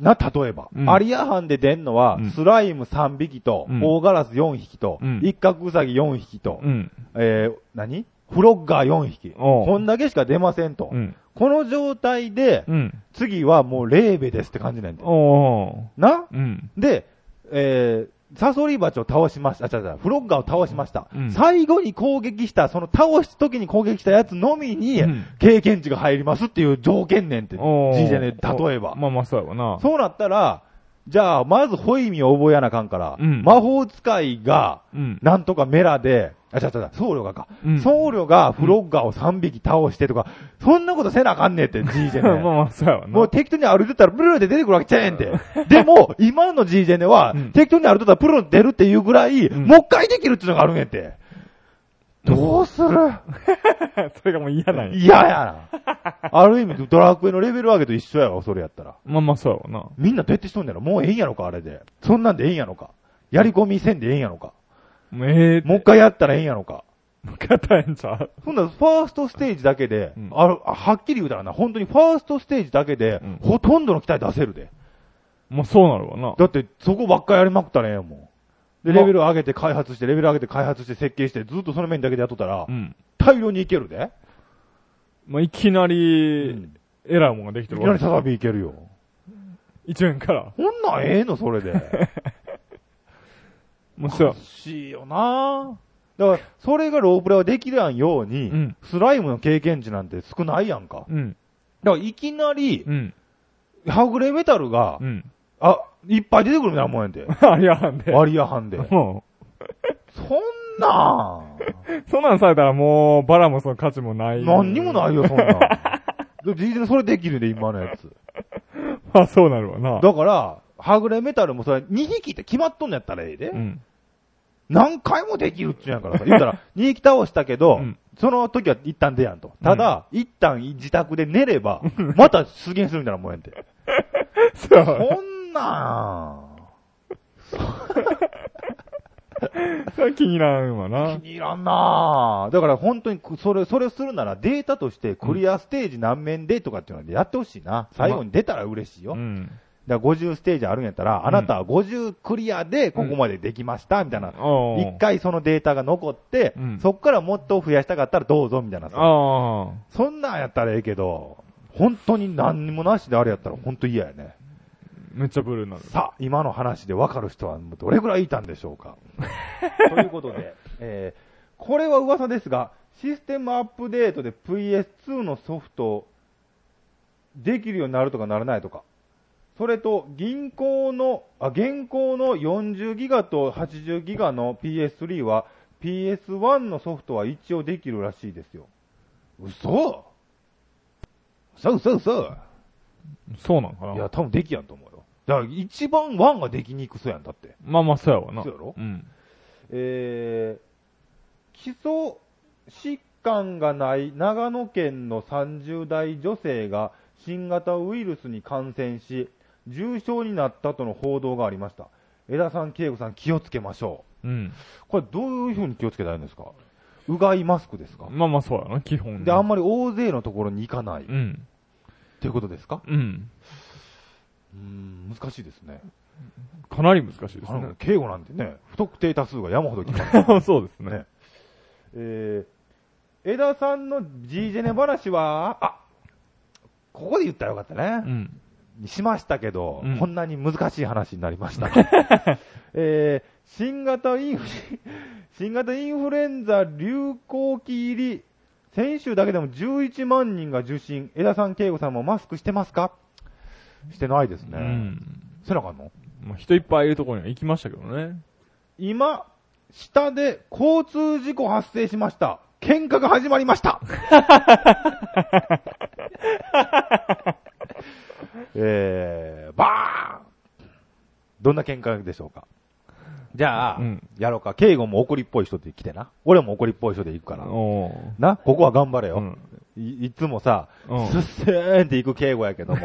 な。
な、例えば、
うん
アリア班で出んのは、
うん
スライム3匹と、
うん
大ガラス4匹と、
うん
一角ウサギ4匹と、
うん。
えー、何フロッガー4匹。
おう
こんだけしか出ませんと。
うん。
この状態で、
うん。
次はもうレーベですって感じなんだよ。
おー。
な
うん。
で、えー、サソリバチを倒しました。あ、違う違う、フロッガーを倒しました。
うん
最後に攻撃した、その倒す時に攻撃したやつのみに
うん、
経験値が入りますっていう条件ねんって、
おー
人生ね、例えば。
まあまあそうやろな。
そうなったら、じゃあ、まずホイミを覚えやなあかんから、
うん
魔法使いが、
うん。
なんとかメラで、あ、違う違う違う、僧侶がか。
うん
僧侶がフロッガーを3匹倒してとか、そんなことせなあかんねんって、G ジェ
[LAUGHS] まあ
ネ。
まあそうやろな。
もう適当に歩いてたらプルルって出てくるわけちゃえんって。 [LAUGHS] でも、今の G ジェネは
うん、
適当に歩いてたらプルルって出るっていうぐらい、
ん
もう一回できるっていうのがあるんやって。どうする
それがもう嫌なんや。
嫌やな。ある意味、ドラクエのレベル上げと一緒やわ、それやったら。
まあまあそうやろな。
みんなどうやってしとんねやろもうええんやろか、あれで。そんなんでええんやろか。やり込みせんでええんやろか。
もうええ
もう一回やったらええんやろか。
方やんちゃう
ほんなら、ファーストステージだけで、
うん
あるあはっきり言うたらな、本当にファーストステージだけで、
うん
ほとんどの期待出せるで。
まあそうなるわな。
だって、そこばっかりやりまくったらええやんもん。で、
まあ
レベル上げて開発して、レベル上げて開発して設計して、ずっとその面だけでやっとったら、
うん。
大量にいけるで。
まあいきな
う
り
ん、
エラーもんができ
いき
てる
な
わ
り。ササビいけるよ。
一面から。
こんなんええの、それで。
もうそうや。
欲しいよなだから、それがロープレはできないように、
うん
スライムの経験値なんて少ないやんか。
うん。
だから、いきなり、
うん。
はぐれメタルが、
うん。。
あ、いっぱい出てくるみたいなもんやんて
[LAUGHS] ありやはんで。
割りやはんで。
も
そんな
う、そんなんされたらもう、バラもその価値もない。
ん何にもないよ、そんなん。で事実にそれできるで、今のやつ。
ま [LAUGHS] あそうなるわな。
だから、はぐれメタルもそれ、2匹って決まっとんのやったらええで。
うん。
何回もできるっちゅうんやからさ。言ったら、2匹 [LAUGHS] 倒したけど、
うん
その時は一旦出やんと。ただ、一旦自宅で寝れば、 [LAUGHS] また出現するみたいなもんやんて。
[LAUGHS] そうや
[LAUGHS] そ
わ。
んなん。
それは気になるわ
[LAUGHS]
な。
気に入らんなぁ。だから本当にく、それ、それするならデータとしてクリアステージ何面でとかっていうのでやってほしいな。最後に出たら嬉しいよ。
う
だか
ん。
ら50ステージあるんやったら、あなたは50クリアでここまでできました、みたいな。
お
一回そのデータが残って、
うん
そっからもっと増やしたかったらどうぞ、みたいなさ。
ああ。
そんなんやったらええけど、本当に何にもなしであれやったら本当嫌やね。
めっちゃブルーになる。
さあ、今の話で分かる人はどれくらいいたんでしょうか。 [LAUGHS] ということで、えーこれは噂ですが、システムアップデートで PS2 のソフト、できるようになるとかならないとか、それと、銀行の、あ、現行の40ギガと80ギガの PS3 は、PS1 のソフトは一応できるらしいですよ。嘘嘘嘘嘘
そうなんか
い
な
や、。多分できやんと思うよ。だから一番ワンができにくそうやんだって。
まあまあそうやわな。
そうやろ
うん。
えー、基礎疾患がない長野県の30代女性が新型ウイルスに感染し、重症になったとの報道がありました。江田さん、慶子さん、気をつけましょ
うん。
う。これ、どういうふうに気をつけたらいいんですかうがいマスクですか
まあまあそうやな、基本ね。
で、あんまり大勢のところに行かない。っ
うん。
ていうことですか
うん。
うーん、難しいですね。
かなり難しいです
あの
ね。
敬語なんてね、不特定多数が山ほど来ま
[LAUGHS]
す
そうですね
ね。えー、江田さんの G ジェネ話は、あここで言ったらよかった
う
ね。
ん。
しましたけど、
うん
こんなに難しい話になりました。
[LAUGHS]
えー新型インフル、 [LAUGHS] 新型インフルエンザ流行期入り、先週だけでも11万人が受診。江田さん、慶吾さんもマスクしてますかしてないです
う
ね。
ん。
せなあかんの
まあ、人いっぱいいるところには行きましたけどね。
今、下で交通事故発生しました。喧嘩が始まりま
[LAUGHS]
した。えー、バーンどんな喧嘩でしょうかじゃあ、
うん
やろうか。敬語も怒りっぽい人で来てな。俺も怒りっぽい人で行くから。
おー
な、ここは頑張れよ。
うん。
いいつもさ、
うん
すっせーんって行く敬語や
[LAUGHS]
けども、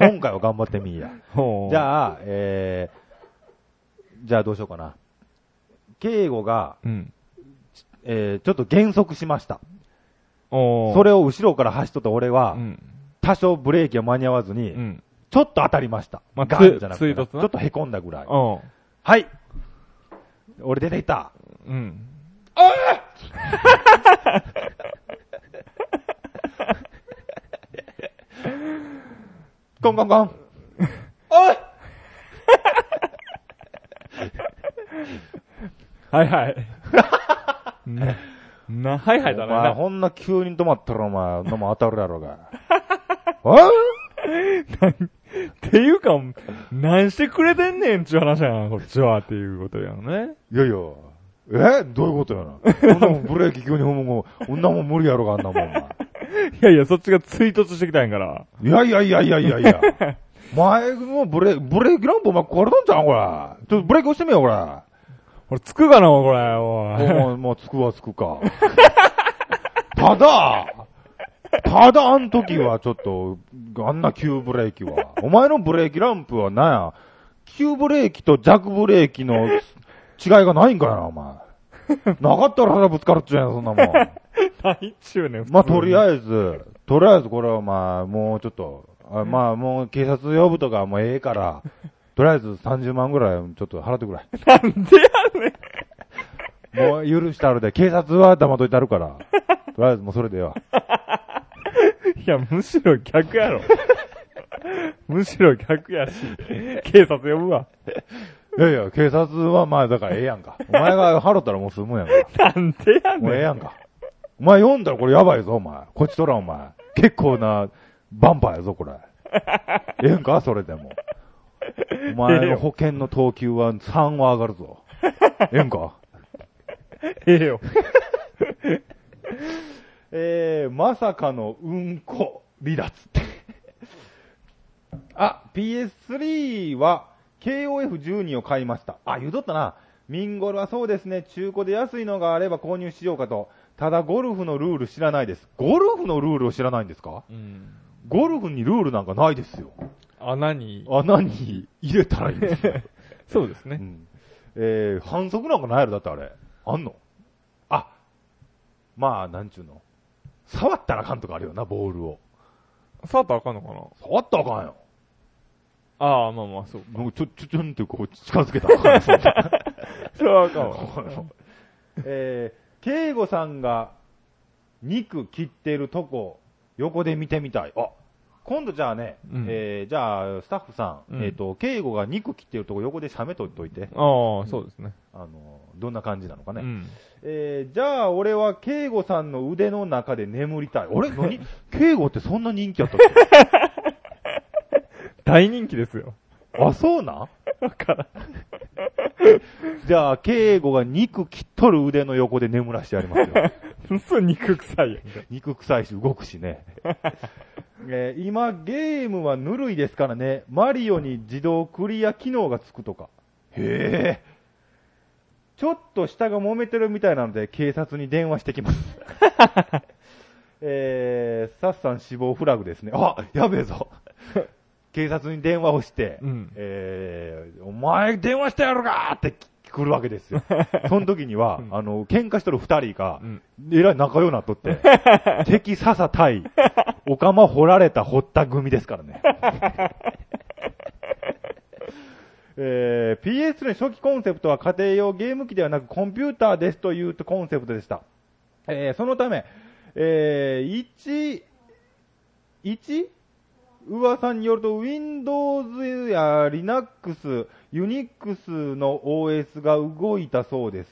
今回は頑張ってみいや。
おー
じゃあ、えー、じゃあどうしようかな。敬語が、
うん。
えー、ちょっと減速しました。
おー
それを後ろから走っとった俺は、
うん。
多少ブレーキが間に合わずに、
うん。
ちょっと当たりました。
まあ
ガンじゃなくて
つ追
ね、
突
ち
な
ょっと凹んだぐらい。
おー
はい俺出てきた。
うん。
コンコ
[LAUGHS]
ンコンおい
はいはい。 [LAUGHS] な、な、はいはいだ
お前
な。
ほんな急に止まったらお前、のも当たるや
[LAUGHS]
ろが。おい
っていうか、何してくれてんねんっちゅう話やな、こっちはっていうことやのね。
いやいや、えどういうことやな。そんなもんブレーキ急に踏むもん、女もん無理やろが、あんなもんお前。
いやいや、そっちが追突してきたんやから。
いやいやいやいやいやいや。前のブレーキ、ブレーキランプお前壊れたんちゃうんこれ。ちょっとブレーキ押してみよう、これ。
これ、つくかな、これ、おい。
もう、もう、つくはつくか。ただ、ただあの時はちょっと、あんな急ブレーキは。お前のブレーキランプはなんや、急ブレーキと弱ブレーキの違いがないんかいな、お前。なかったら腹ぶつかるっちゅうやん、そんなもん。
大中 [LAUGHS] 年。
まあ、とり
え
あえず、とりあえずこれはまあ、もうちょっと、あまあ、もう警察呼ぶとかもうええ
[LAUGHS]
から、とりあえず30万ぐらいちょっと払ってくれ。
なんでやねん。
もう許してあるで、警察は黙っといてあるから、とりあえずもうそれでよ。
いや、むしろ逆やろ。 [LAUGHS] むしろ逆やし、警察呼ぶわ。
いやいや、警察はまあ、だからええやんか。お前が払ったらもう済むやんか。
なんでや
もうええ
ねん。
やんか。お前読んだらこれやばいぞ、お前。こっちとら、お前。結構な、バンパーやぞ、これ。 [LAUGHS] ええんかそれでも。お前の保険の等級は3は上がるぞ。ええんか
ええよ。
えー、まさかのうんこ離脱って。 [LAUGHS] あ、PS3 は KOF12 を買いました。あ、言うとったな。ミンゴルはそうですね、中古で安いのがあれば購入しようかと。ただゴルフのルール知らないです。ゴルフのルールを知らないんですか
うん。
ゴルフにルールなんかないですよ。
穴に。
穴に入れたらいいですね。
そうです
う
ね。
んえー、反則なんかないやろだってあれ。あんのあ、まあ、なんちゅうの。触ったらあかんとかあるよな、ボールを。
触ったらあかんのかな
触ったらあかんよ。
ああ、まあまあ、そう。
なんかちょ、ちょ、ちょんってこう近づけたらあかんよ
それはあかん
そうな
わ。
の [LAUGHS] えー、慶吾さんが肉切ってるとこ、横で見てみたい。あ、今度じゃあね、
うん
えー、じゃあ、スタッフさん、
うん
えっ、と、慶吾が肉切ってるとこ横で写メ撮っといて、
ああ、そうですね。
あの、どんな感じなのかね。
うん。
えーじゃあ俺は慶吾さんの腕の中で眠りたい。俺 [LAUGHS] 何慶吾ってそんな人気やったっけ
大人気ですよ。
[LAUGHS] あ、そうなん
だから
じゃあ慶吾が肉切っとる腕の横で眠らしてやりますよ。
ん、そう肉臭いやんか。
[LAUGHS] 肉臭いし動くしね。 [LAUGHS] えー今ゲームはぬるいですからね、マリオに自動クリア機能がつくとか。へえ。ちょっと下が揉めてるみたいなので警察に電話してきます。 [LAUGHS] えー、サッさん死亡フラグですね。あ、やべえぞ。警察に電話をして、
うん
えー、お前電話したやろかって来るわけ [LAUGHS] ですよ。その時には、あの、喧嘩しとる二人が、
うん
えらい仲良うなっとって、敵ささ対、おかま掘られた掘った組ですからね。えー、PS の初期コンセプトは家庭用ゲーム機ではなくコンピューターですというコンセプトでした。えーそのため、えー、1、1噂によると Windows や Linux、Unix の OS が動いたそうです。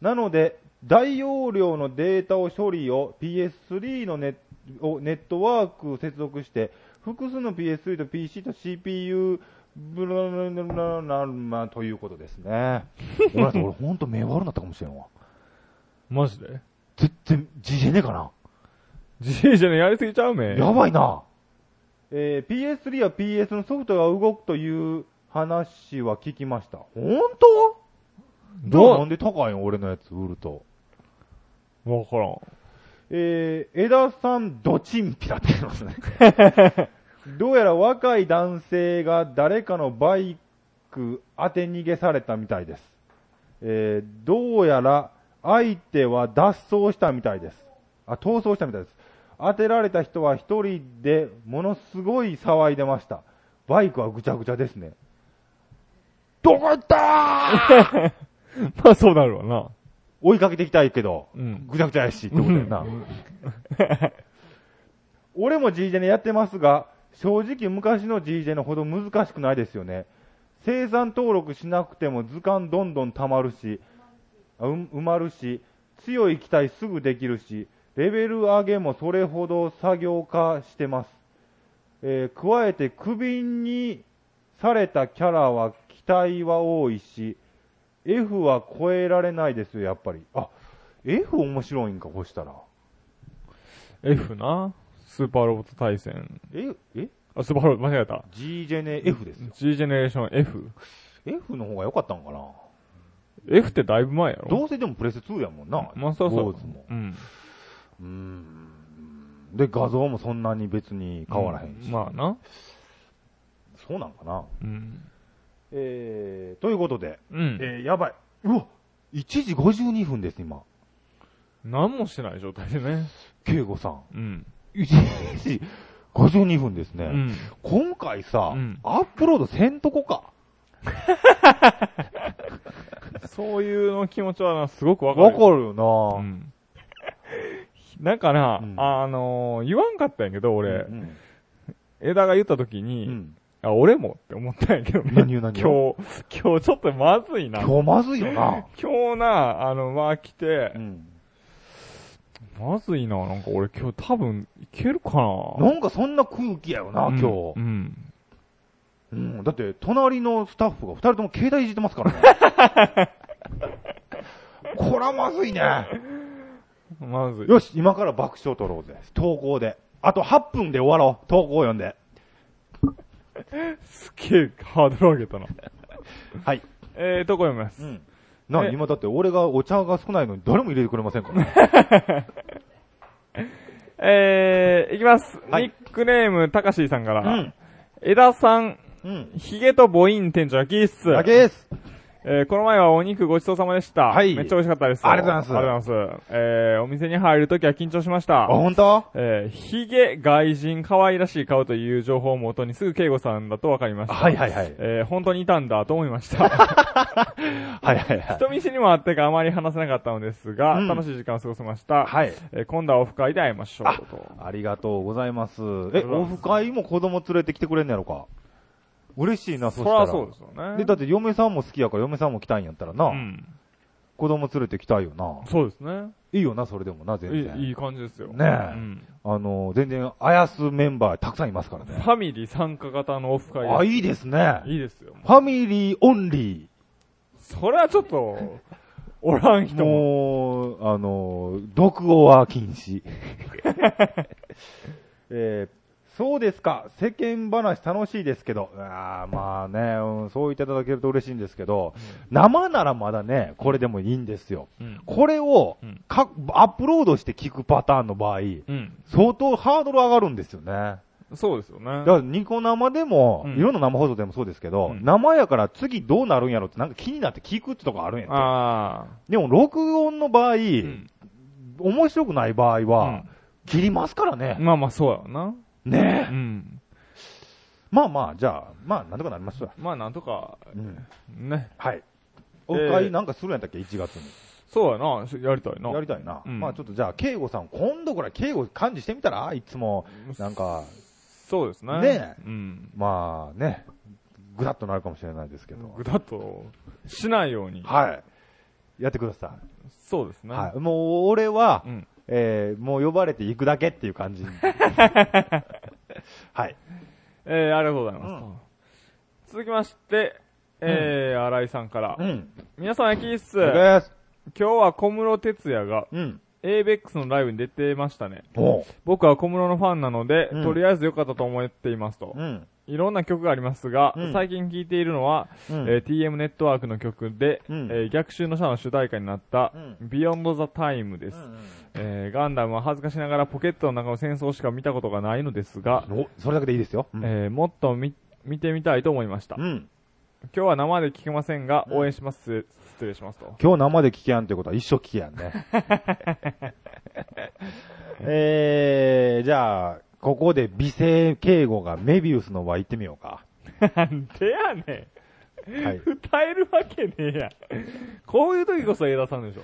なので、大容量のデータを処理を PS3 のネッをネットワークを接続して、複数の PS3 と PC と CPU、ブラブラブラブラブラまあということですね。ごめんなさい、俺ほんと目悪なったかもしれんわ。
マジで
全然、じじねえかな。
じいじゃねやりすぎちゃうめ。
やばいな。えー PS3 や PS のソフトが動くという話は聞きました。本当じゃあなんで高いん俺のやつ売ると。
わからん。
えー、枝さんドチンピラって言いますね。どうやら若い男性が誰かのバイク当て逃げされたみたいです。えー、どうやら相手は脱走したみたいです。あ、逃走したみたいです。当てられた人は一人でものすごい騒いでました。バイクはぐちゃぐちゃですね。どこ行ったー
[LAUGHS] まあそうなるわな。
追いかけてきたいけど、
うん
ぐちゃぐちゃやしってことやな。 [LAUGHS] 俺も G ジェネやってますが、正直昔の G ジェネほど難しくないですよね。生産登録しなくても図鑑どんどん溜まるし、あう埋まるし、強い機体すぐできるし、レベル上げもそれほど作業化してます。えー加えてクビにされたキャラは機体は多いし、F は超えられないですよ、やっぱり。あ、F 面白いんか、こうしたら。
F な。スーパーロボット対戦。
え、え
あ、スーパーロボット間違えた。
G ジェネ F ですよ。
G ジェネレーション F。
F の方が良かったんかな
F ってだいぶ前やろ
どうせでもプレス2やもんな。
まあそうそう。
坊主も
うん。
うーん。で、画像もそんなに別に変わらへんし。
まあな。
そうなんかな。
うん。
えー、ということで、
うん。
えー、やばい。うわ !1 時52分です、今。
何もしてない状態でね。
慶吾さん。
うん。
1時52分ですね。
うん。
今回さ、
うん
アップロードせんとこか。
そういうの気持ちはな、すごくわかる。
わかるよ
う。
なん
なんかな、
うん
あのー言わんかったんやけど、俺、
うん
枝が言った時
う
に、
ん。
あ、俺もって思ったんやけどね。
何を何
今日、 [LAUGHS] 今日ちょっとまずいな。
今日まずいよな。
今日な、あの、まあ来て、
ん。
まずいな、なんか俺今日多分いけるかな。
なんかそんな空気やよな、
うん
今
う
日。
ん。
うん。だって、隣のスタッフが二人とも携帯いじってますからね。 [LAUGHS] こらまずいね。
まずい。
よし、今から爆笑取ろうぜ。投稿で。あと8分で終わろう。投稿読んで。
すっげえハードル上げたな。
はい。
えー、とこ読みます。
うん。なあ、
え
今だって俺がお茶が少ないのに誰も入れてくれませんからね。
えー、いきます。
はい
ニックネーム、たかしーさんから。
うん。
枝さん、
うん。
ヒゲとボイン店長、焼きっす。
だけです。
えーこの前はお肉ごちそうさまでした。
はい
めっちゃ美味しかったです。
ありがとうございます
ありがとうございます。えーお店に入るときは緊張しました。
あ、ほんと
えー、ヒゲ、外人、可愛らしい顔という情報をもとにすぐ慶吾さんだと分かりました。
はいはいはい。
えー本当にいたんだと思いま
[LAUGHS]
した。
はいはいはい。
人見知りもあってかあまり話せなかったのですが、
うん
楽しい時間を過ごせました。
はい。
えー今度はオフ会で会いましょ
あ
うと。
ありがとうございます。
りが
え、
とうござい
オ
ます
フ会も子供連れてきてくれんのやろか嬉しいな、
そ
そした
りゃ
ら。
そうですよね。
で、だって嫁さんも好きやから嫁さんも来たいんやったらな、
うん。
子供連れてきたいよな。
そうですね。
いいよな、それでもな、全然。
いいいい感じですよ。
ねえ
うん。
あの、全然、あやすメンバーたくさんいますから
フ [LAUGHS]
ね。
ァミリー参加型のオフ会
あ、いいですね。
いいですよ。
ファミリーオンリ
それはちょっと、おらん
ー。
人も。
もう、あの、毒語は禁
[LAUGHS]
止。えーそうですか。世間話楽しいですけど。あーまあね、うんそう言っていただけると嬉しいんですけど、生ならまだね、これでもいいんですよ。
うん。
これを
うん
か、アップロードして聞くパターンの場合、
うん。
相当ハードル上がるんですよね。
そうですよね。
だからニコ生でも、
うん
いろんな生放送でもそうですけど、
うん
生やから次どうなるんやろってなんか気になって聞くってとこあるんやて。
あ
でも録音の場合、
あ。うん。
面白くない場合は、切りますから
うん
ね。
まあまあ、そうやろな。う
ねえ。
ん。
まあまあ、じゃあ、まあなんとかなりますわ。
まあ、なんとか、
うん。
ね。
はい。オフ会なんかするんやったっけ ?1月に。
そうやな。やりたいな。
やりたいな。
うん
まあちょっとじゃあ、慶吾さん、今度ぐらい慶吾幹事してみたらいつも、なんか、
そうですね。
ねえ
うん。
まあね、ぐだっとなるかもしれないですけど
ぐ。だっと、しないように。
はい。やってくださ
そうです
い。
ね。
はい。もう、俺は、
うん。
えー、もう呼ばれて行くだけっていう感じ。はい。
えー、ありがとうございます。続きまして、えー、新井さんから。
うん。
皆さん、焼きっす。今
です。
日は小室哲也が
うん。
ABEX のライブに出てましたね。
おう。
僕は小室のファンなので、
うん
とりあえず良かったと思っていますと
う。ん。
いろんな曲がありますが、
うん
最近聴いているのは、
うん
えー TM ネットワークの曲で、
うん
えー逆襲の者の主題歌になった、
う
Beyond the Time です、えーガンダムは恥ずかしながらポケットの中の戦争しか見たことがないのですが、
お、それだけでいいですよ。うん。
えーもっと見見てみたいと思いました。
うん
今日は生で聴けませんが、応援します。失礼しますと。
今日生で聞けやんってことは一生聞けやんね。えー、じゃあ、ここで美声敬語がメビウスの輪行ってみようか。
なんでやね
はい。
ん。歌えるわけねえやん。 [LAUGHS] こういう時こそ江田さんでしょ。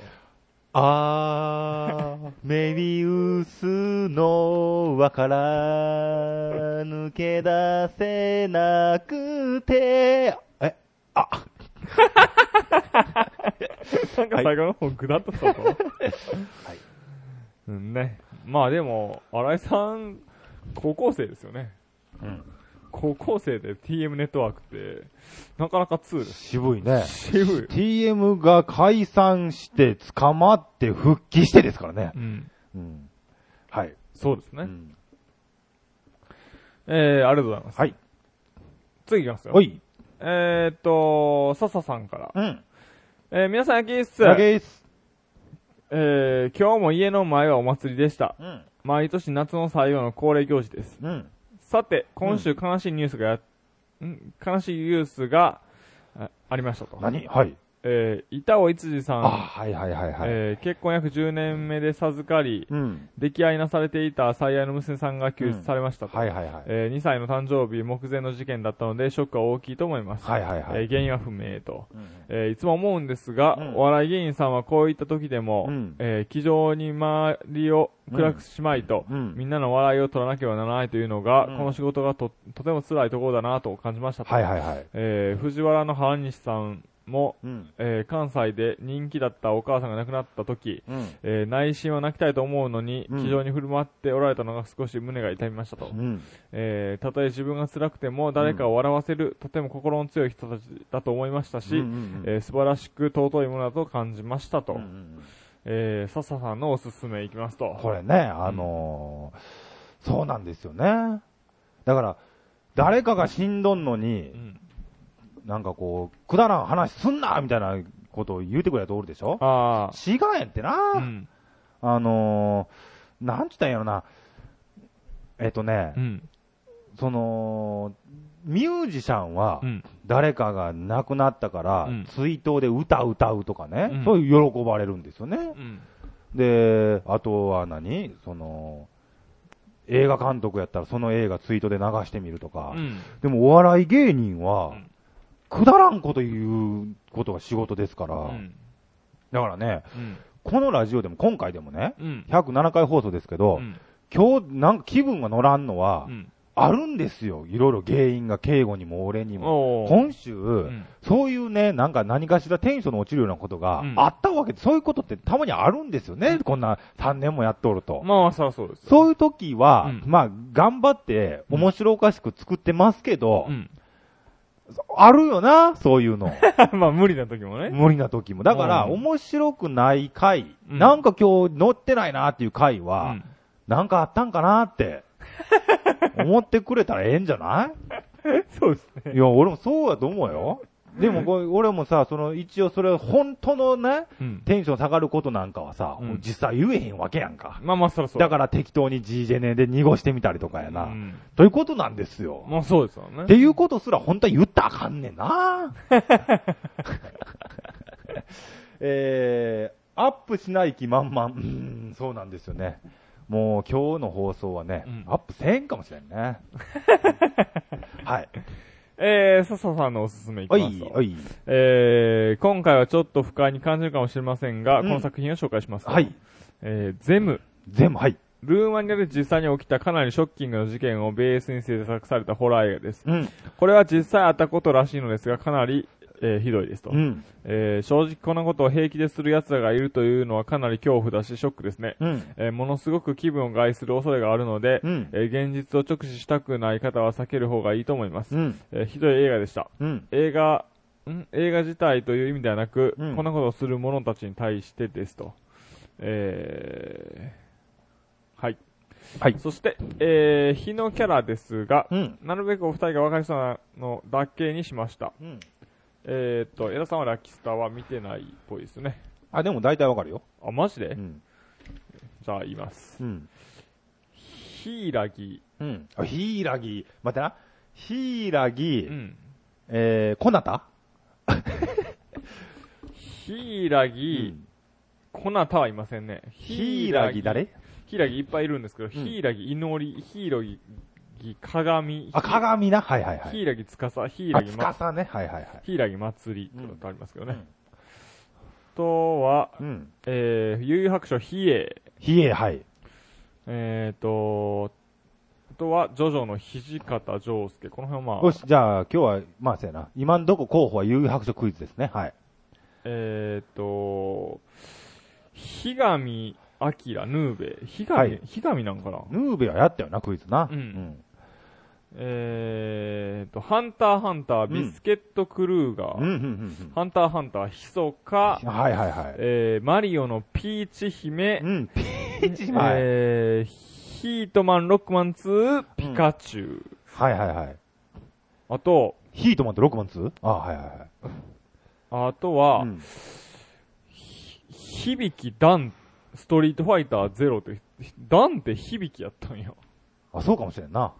あー、 [LAUGHS] メビウスの輪から抜け出せなくて、え、あ、
なんか最後の方グダっとした
[LAUGHS]
ぞ。はい。うんね。まあでも、新井さん、高校生ですよね。
うん、
高校生で TM ネットワークって、なかなかツール。
渋いね。
渋
TM が解散して捕まって復帰してですからね
い。う。ん。
うん。はい。
そうですね。
うん
えー、ありがとうございます。
はい。
次いきますよ。
お。い。
えーっと、笹さんから。
うん。
えー、皆さん、焼き室。
投げーす。
えー、今日も家の前はお祭りでした。
うん。
毎年夏の最後の恒例行事です。
うん。
さて、今週悲しいニュースがや、ん悲しいニュースが、あありましたと。
何はい。
えー、板尾一次さん、
あ、はいはいはいはい。
えー結婚約10年目で授かり、
うん。
溺愛なされていた最愛の娘さんが救出されましたと。
はいはいはい。
えー2歳の誕生日目前の事件だったので、ショックは大きいと思います。
はいはいは
えー
い。
原因は不明と。
うん
えーいつも思うんですが、
うん
お笑い芸人さんはこういった時でも、
うん
えー気丈に周りを暗くしまいと、
うん
みんなの笑いを取らなければならないというのが、
うん
この仕事がと、とても辛いところだなと感じましたと。
はいはいはい。
えー藤原の原西さんも、
うん。
えー関西で人気だったお母さんが亡くなった時、
うん。
えー内心は泣きたいと思うのに、
うん
気丈に振る舞っておられたのが少し胸が痛みましたと。
うん。
えーたとえ自分が辛くても誰かを笑わせる、とても心の強い人たちだと思いましたし、えー素晴らしく尊いものだと感じましたと。
うんうんうん
えー、笹さんのおすすめいきますと。
これね、あのー、そうなんですよね。だから、誰かが死んどんの
う
に、
ん。
なんかこう、くだらん話すんなみたいなことを言うてくれやつおるでしょ
あ
違うんやってな。
あ。うん。
あのー、なんつったんやろな。えっとね、
うん。
その、ミュージシャンは
う、ん。
誰かが亡くなったから
うん、
追悼で歌歌うとかね、
うん
そういう喜ばれるんですよね
う。ん。
で、あとは何その、映画監督やったらその映画ツイートで流してみるとか
う、ん。
でもお笑い芸人は
うん、
くだらんこと言うことが仕事ですから、
うん。
だからね、
うん。
このラジオでも今回でもね、
うん。
107回放送ですけど、
うん。
今日なんか気分が乗らんのは
う、ん。
あるんですよ。いろいろ原因が、敬語にも俺にも。
おー
今週、
うん。
そういうね、なんか何かしらテンションの落ちるようなことが
うん
あったわけで、そういうことってたまにあるんですよね、こんな3年もやっておると。
まあ、そりゃそうですよ。
そういう時は、
うん
まあ、頑張って、面白おかしく作ってますけど、
うん。
あるよな、そう
[LAUGHS]
いうの。
まあ、無理な時もね。
無理な時も。だから、
うん
面白くない回、
うん
なんか今日乗ってないなっていう回
う
は、
ん。
なんかあったんかな
[LAUGHS]
って、思ってくれたらええんじゃない
そうです [LAUGHS] ね。
いや、俺もそうやと思うよ。でもこれ、俺もさ、その、一応それ、本当のね、
うん。
テンション下がることなんかはさ、
うん
実際言えへんわけやんか。
まあまあ、そりゃそう。
だから適当に G ジェネで濁してみたりとかやな。
うん。
ということなんですよ。
まあ、そうですよ
っ
ね。
ていうことすら本当は言ったらあかんねん [LAUGHS] な。えー、アップしない気満々。うーん、そうなんですよね。もう今日の放送はね、
うん
アップせんかもしれん [LAUGHS] ね。はい。
えー、笹さんのおすすめいき
お
ます
い、
と
お。い。
えー、今回はちょっと不快に感じるかもしれませんが、
うん
この作品を紹介します。
は。い。
えー、ゼム、
全部、はい。
ルーマニアで実際に起きたかなりショッキングな事件をベースに制作されたホラー映画です。
うん。
これは実際あったことらしいのですが、かなり、えーひどいですと。
うん。
えー正直こんなことを平気でする奴らがいるというのはかなり恐怖だしショックですね。
うん。
えーものすごく気分を害する恐れがあるので、
うん
えー現実を直視したくない方は避ける方がいいと思います。
うん。
えーひどい映画でした。
うん。
映画、ん映画自体という意味ではなく、
うん
こんなことをする者たちに対してですと。えーはい。
はい
そして、えー、日のキャラですが、
うん。
なるべくお二人が分かりそうなのだけにしました。
うん。
えー、っと、江田さんはラッキースターは見てないっぽいですね。
あ、でも大体わかるよ。
あ、マジで、
うん。
じゃあ言います。
うん。
ヒイラギ。
うん。あ、ヒイラギ。待ってな。ヒイラギ
う、ん。
えー、コナタ
ヒイラギ、コナタはいませんね。
ヒイラギ誰
ヒイラギいっぱいいるんですけど、ヒイラギ、祈り、ヒイラギ、鏡、
あ、鏡な。はいはいは
ヒ
い。
イラギ、つかさ、ヒイラ
あ、
ギ、
つか
ま、
さね。はいはいはい。
ヒイラギ祭りってことありますけどね。
うん
あとは、
うん。
えー、悠々白書、ヒエ、
ヒエ、はい。
えーと、あとは、ジョジョの土方丈介。この辺はま
よ
あ、
し、じゃあ今日は、まあそうやな。今んとこ候補は遊戯白書クイズですね。はい。
えーと、ひがみ、あきら、ヌーベ。ひが
は
み
い、
ひがみなんかな
ヌーベはやったよな、クイズな。
うんえーと、ハンターハンター、ビスケットクルーガー、
うん。うん、うん、うん
ハンターハンター、ひそか
うん。、はいはいはい。
えー、マリオのピーチ姫
う、ん、ピーチマン。
えー、ヒートマン、ロックマン2、ピカチュウ。
はいはいはい。
あと、
ヒートマンと6番 2? あ、はいはいはい。
あとは、
うん
響きダン、ストリートファイターゼロって、ダンって響きやったんや。
あ、そうかもしれんな。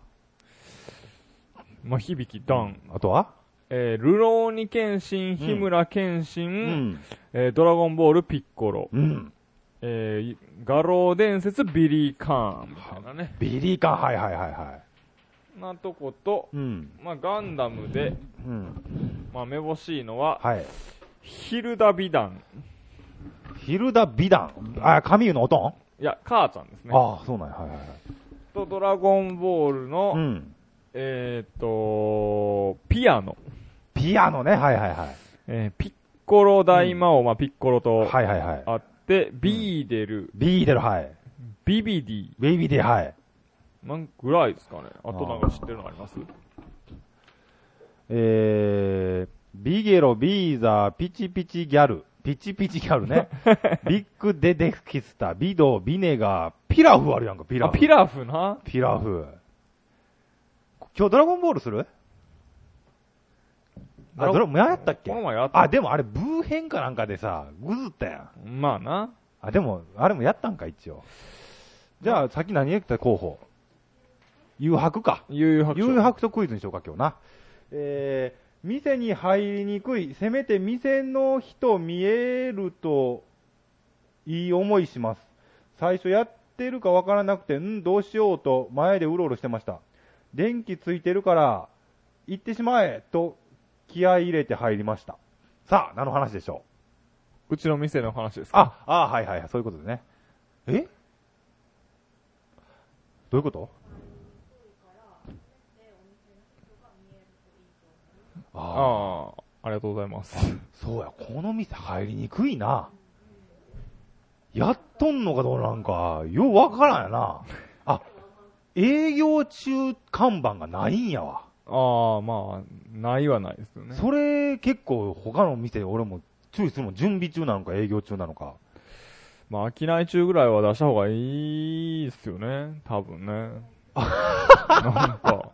まあ、響きダン。
あとは
えー、ルローニケンシン、日村ケンシン、
うん。
えードラゴンボール、ピッコロ、
うん。
えー、画廊伝説、ビリー・カーン、みたいなね。
ビリーか、はいはいはいは
なとこと、
い。うん。
まあ、ガンダムで、
うん。
まあ、めぼしいのは、
はい。
ヒルダ・ビダン。
ヒルダ・ビダン。あ、カミューのおとん、
いや、母ちゃんですね。
ああ、そうなんや。はいはいはい。
と、ドラゴンボールの、
うん。
えーっと、ピアノ。
ピアノね、はいはいはい。
えーピッコロ大魔王、まあ、ピッコロと
はいはいはい。
あって、ビーデル、
ビーデル、はい。
ビビディ、
ベイビーデル、はい。
なんぐらいですかね。あとなんか知ってるのあります
えー、ビゲロ、ビーザー、ピチピチギャル。ピチピチギャ
[LAUGHS]
ルね。ビッグデデキスタ、ビド、ビネガー、ピラフあるやんか、ピラ
あ、
フ。
ピラフな。
ピラフ。今日ドラゴンボールするあ、ドラゴン、やったっけ
この前やった。
あ、でもあれ、ブー編かなんかでさ、ぐずったやん。
まあな。
あ、でも、あれもやったんか、一応。じゃあ、さっき何やってた候補。誘白か。
悠々白書。
誘白とクイズにしようか、今日な。えー、店に入りにくい。せめて店の人見えると、いい思いします。最初やってるかわからなくて、うん、どうしようと前でうろうろしてました。電気ついてるから、行ってしまえと気合い入れて入りました。さあ、何の話でしょう
うちの店の話ですか。
あ、あはいはいはい、そういうことでね。えどういうこと
あ
ああ、
あー、ありがとうございます。
そうや、この店入りにくいな。やっとんのかどうなんか、ようわからんやな。あ、営業中看板がないんやわ。
ああ、まあ、ないはないですよね。
それ結構他の店俺も注意するもん。準備中なのか営業中なのか。
まあ、商い中ぐらいは出した方がいいっすよね。多分 [LAUGHS] ね。なんか。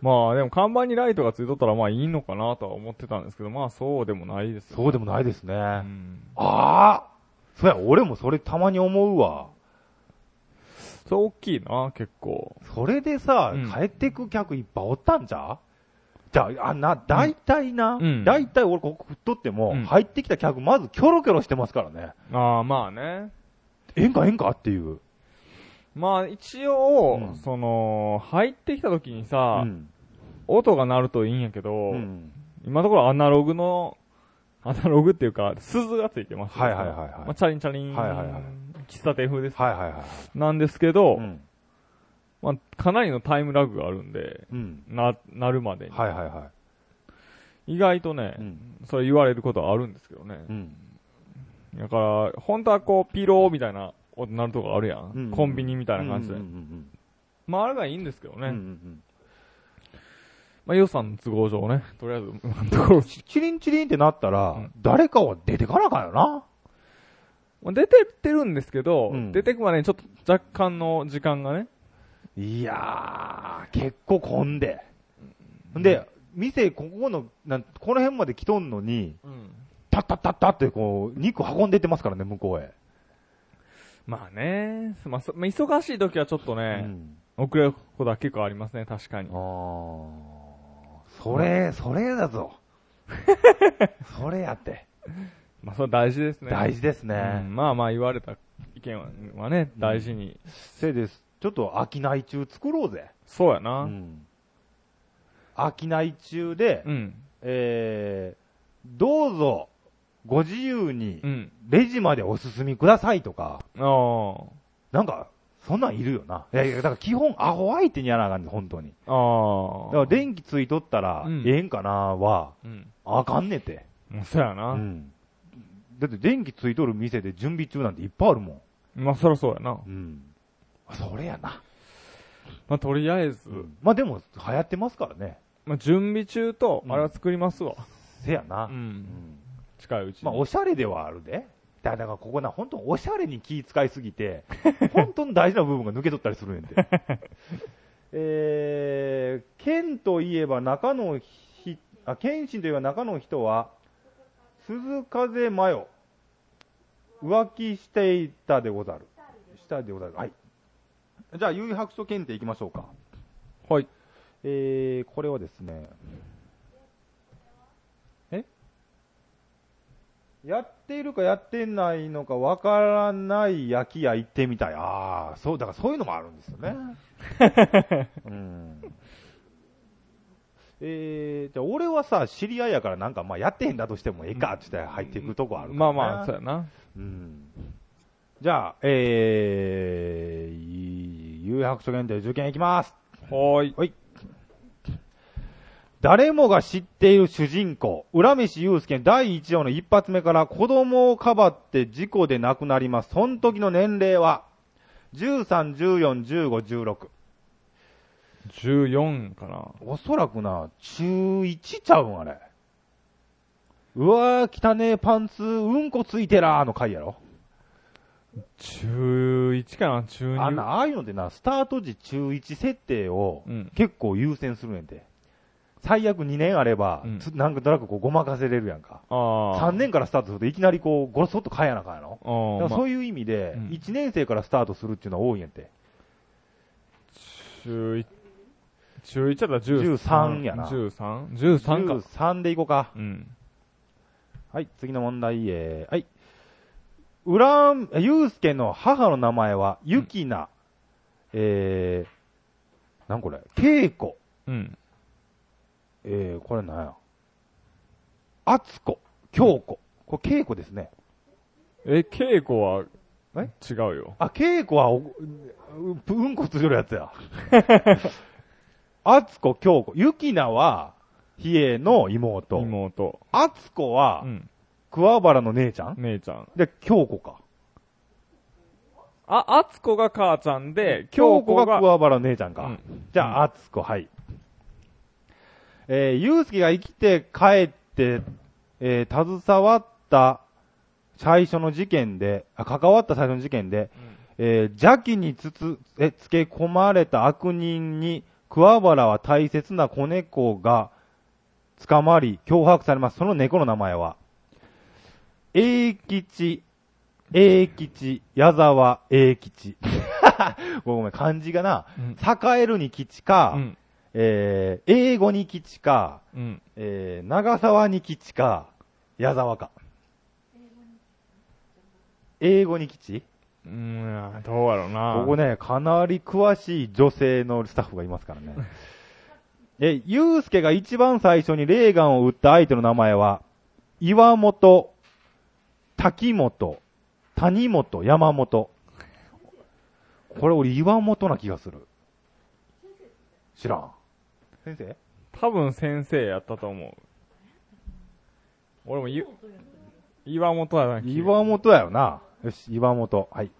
まあ、でも看板にライトがついとったらまあいいのかなとは思ってたんですけど、まあそうでもないですよ。
そうでもないですね。
うん
ああそうや、俺もそれたまに思うわ。
それ大きいな、結構。
それでさ、
うん
帰ってく客いっぱいおったんじゃじゃあ、あな、大体な、
うん
大体俺ここ振っとっても、
うん
入ってきた客まずキョロキョロしてますからね。
ああ、まあね。
ええんかええんかっていう。
まあ一応、
うん
その、入ってきた時に
う
さ、
ん。
音が鳴るといいんやけど、
うん
今のところアナログの、アナログっていうか、鈴がついてます。
はいはいはいはい
まあ、チャリンチャリン。
はいはいはい
喫茶店風です。
はいはいはい。
なんですけど、
うん。
まあ、かなりのタイムラグがあるんで、
うん。
な、なるまでに。
はいはいは
意外とね、
い。うん。
それ言われることはあるんですけどね。
うん。
だから、本当はこう、ピローみたいな音なるとこあるやん。
うん
コンビニみたいな感じで。
うんうん
まあ、あれがいいんですけど
うんう
ね。
ん。うんうん
まあ、予算の都合上ね、とりあえず、今のと
[LAUGHS]
ころ、
うん。チリンチリンってなったら、
うん
誰かは出てかなあかんよな。
まあ、出てってるんですけど、
うん
出てくまでにちょっと若干の時間がね、
いやー、結構混んで。で、店、ここの、なんこの辺まで来とんのに、タッタッタッタってこう、肉運んでってますからね、向こうへ。
まあね、まあ、そまあ、忙しい時はちょっと
う
ね、
ん。
遅れることは結構ありますね、確かに
あ。ー。それ、それだぞ。
[LAUGHS]
それやって。
まあ、それは大事ですね。
大事ですね。
うんまあまあ言われた意見ははね、大事に。
せいです。ちょっと商い中作ろうぜ。
そうや
う
な。
ん。商い中で、
うん。
えー、どうぞ、ご自由に
う、ん。
レジまでお進みくださいとか、
ああ。
なんか、そんなんいるよな。いやいや、だから基本アホ相手にやらなあかんねん本当に。だか
あ
ら
あ。、
電気ついとったら
う、ん
ええんかなは、
うん。
あかんねて。
まあそうや
う
な。
ん。だって電気ついとる店で準備中なんていっぱいあるもん。
まあそりゃそうやな。
うん。それやな。
まあとりあえず、
まあでも、流行ってますからね。
まあ準備中と、
うん
あれは作りますわ。
せや
う
な。
ん。近いうちに。
まあ、おしゃれではあるで。だだから、ここな、本当におしゃれに気使いすぎて、 [LAUGHS] 本当に大事な部分が抜け取ったりするんやん [LAUGHS] て。えー、剣といえば中のひ、あ、剣心といえば中の人は、鈴風真世、浮気していたでござる。したでござる。はい。じゃあ、優位白書検定いきましょうか。
はい。
えー、これはですね、えやっているかやってないのかわからない焼き屋行ってみたい。ああ、そう、だからそういうのもあるんですよね。
[LAUGHS]
うん。えー、じゃあ俺はさ、知り合いやからなんか、まあやってへんだとしてもええかって言って入っていくとこあるから、ね。
まあまあ、そうやな。
うんじゃあ、えー、有白書検定受験いきます。
はーい。
誰もが知っている主人公、浦飯祐介第1話の一発目から子供をかばって事故で亡くなります。その時の年齢は、13、14、15、16。
14かな。
おそらくな、中1ちゃうん、あれ。うわー、汚ねえパンツ、うんこついてらーの回やろ。
中1かな中2。
あんな、ああいうのでな、スタート時中1設定を、
うん。
結構優先するんやて。最悪2年あれば、
うん
つなんかとなくこうごまかせれるやんか。
ああ。
3年からスタートするといきなりこう、ごそっと変えやなあかんやろ。
あ
だ
ー
から
まあ。
そういう意味で、
うん
1年生からスタートするっていうのは多いんやって。
中1、中1だったら
13やな
13?13 13か。
3でいこうか。
うん。
はい、次の問題へ。はい。うらん、えゆうすけの母の名前は、ゆきな、えー、なんこれ、けいこ、
うん。
えー、これなんや。あつこ、きょうこ。これ、けいこですね。
え、稽古は、
え
違うよ。
あ、稽古はお、ううんこするやつ
[LAUGHS]
や。あつこ、京子。ゆきなは、ひえの妹。
妹。
あつこは
う、ん。
桑原の姉ちゃん
姉ちゃん。
で、京子か。
あ、あつこが母ちゃんで、
京
京
子
子
が
が、
桑原の姉ちゃんか。
うん
じゃあ、あつこ、はい。えー、ゆうすけが生きて帰って、えー、携わった最初の事件で、あ、関わった最初の事件で、えー邪気につつ、え、つけ込まれた悪人に、桑原は大切な子猫が捕まり、脅迫されます。その猫の名前は、永吉、永吉、矢沢永吉。 [LAUGHS] ごめん、漢字がな、
うん
栄えるに吉か、
うん。
えー英語に吉か、
うん。
えー長沢に吉か、矢沢か。英語に吉
うん、いやどうやろうな。
ここね、かなり詳しい女性のスタッフがいますから [LAUGHS] ね。え、ゆうすけが一番最初にレーガンを撃った相手の名前は、岩本、滝本、谷本、山本。これ俺岩本な気がする。知らん。先生
多分先生やったと思う。俺もゆ、岩本やな。
岩本やよな。よし、岩本。はい。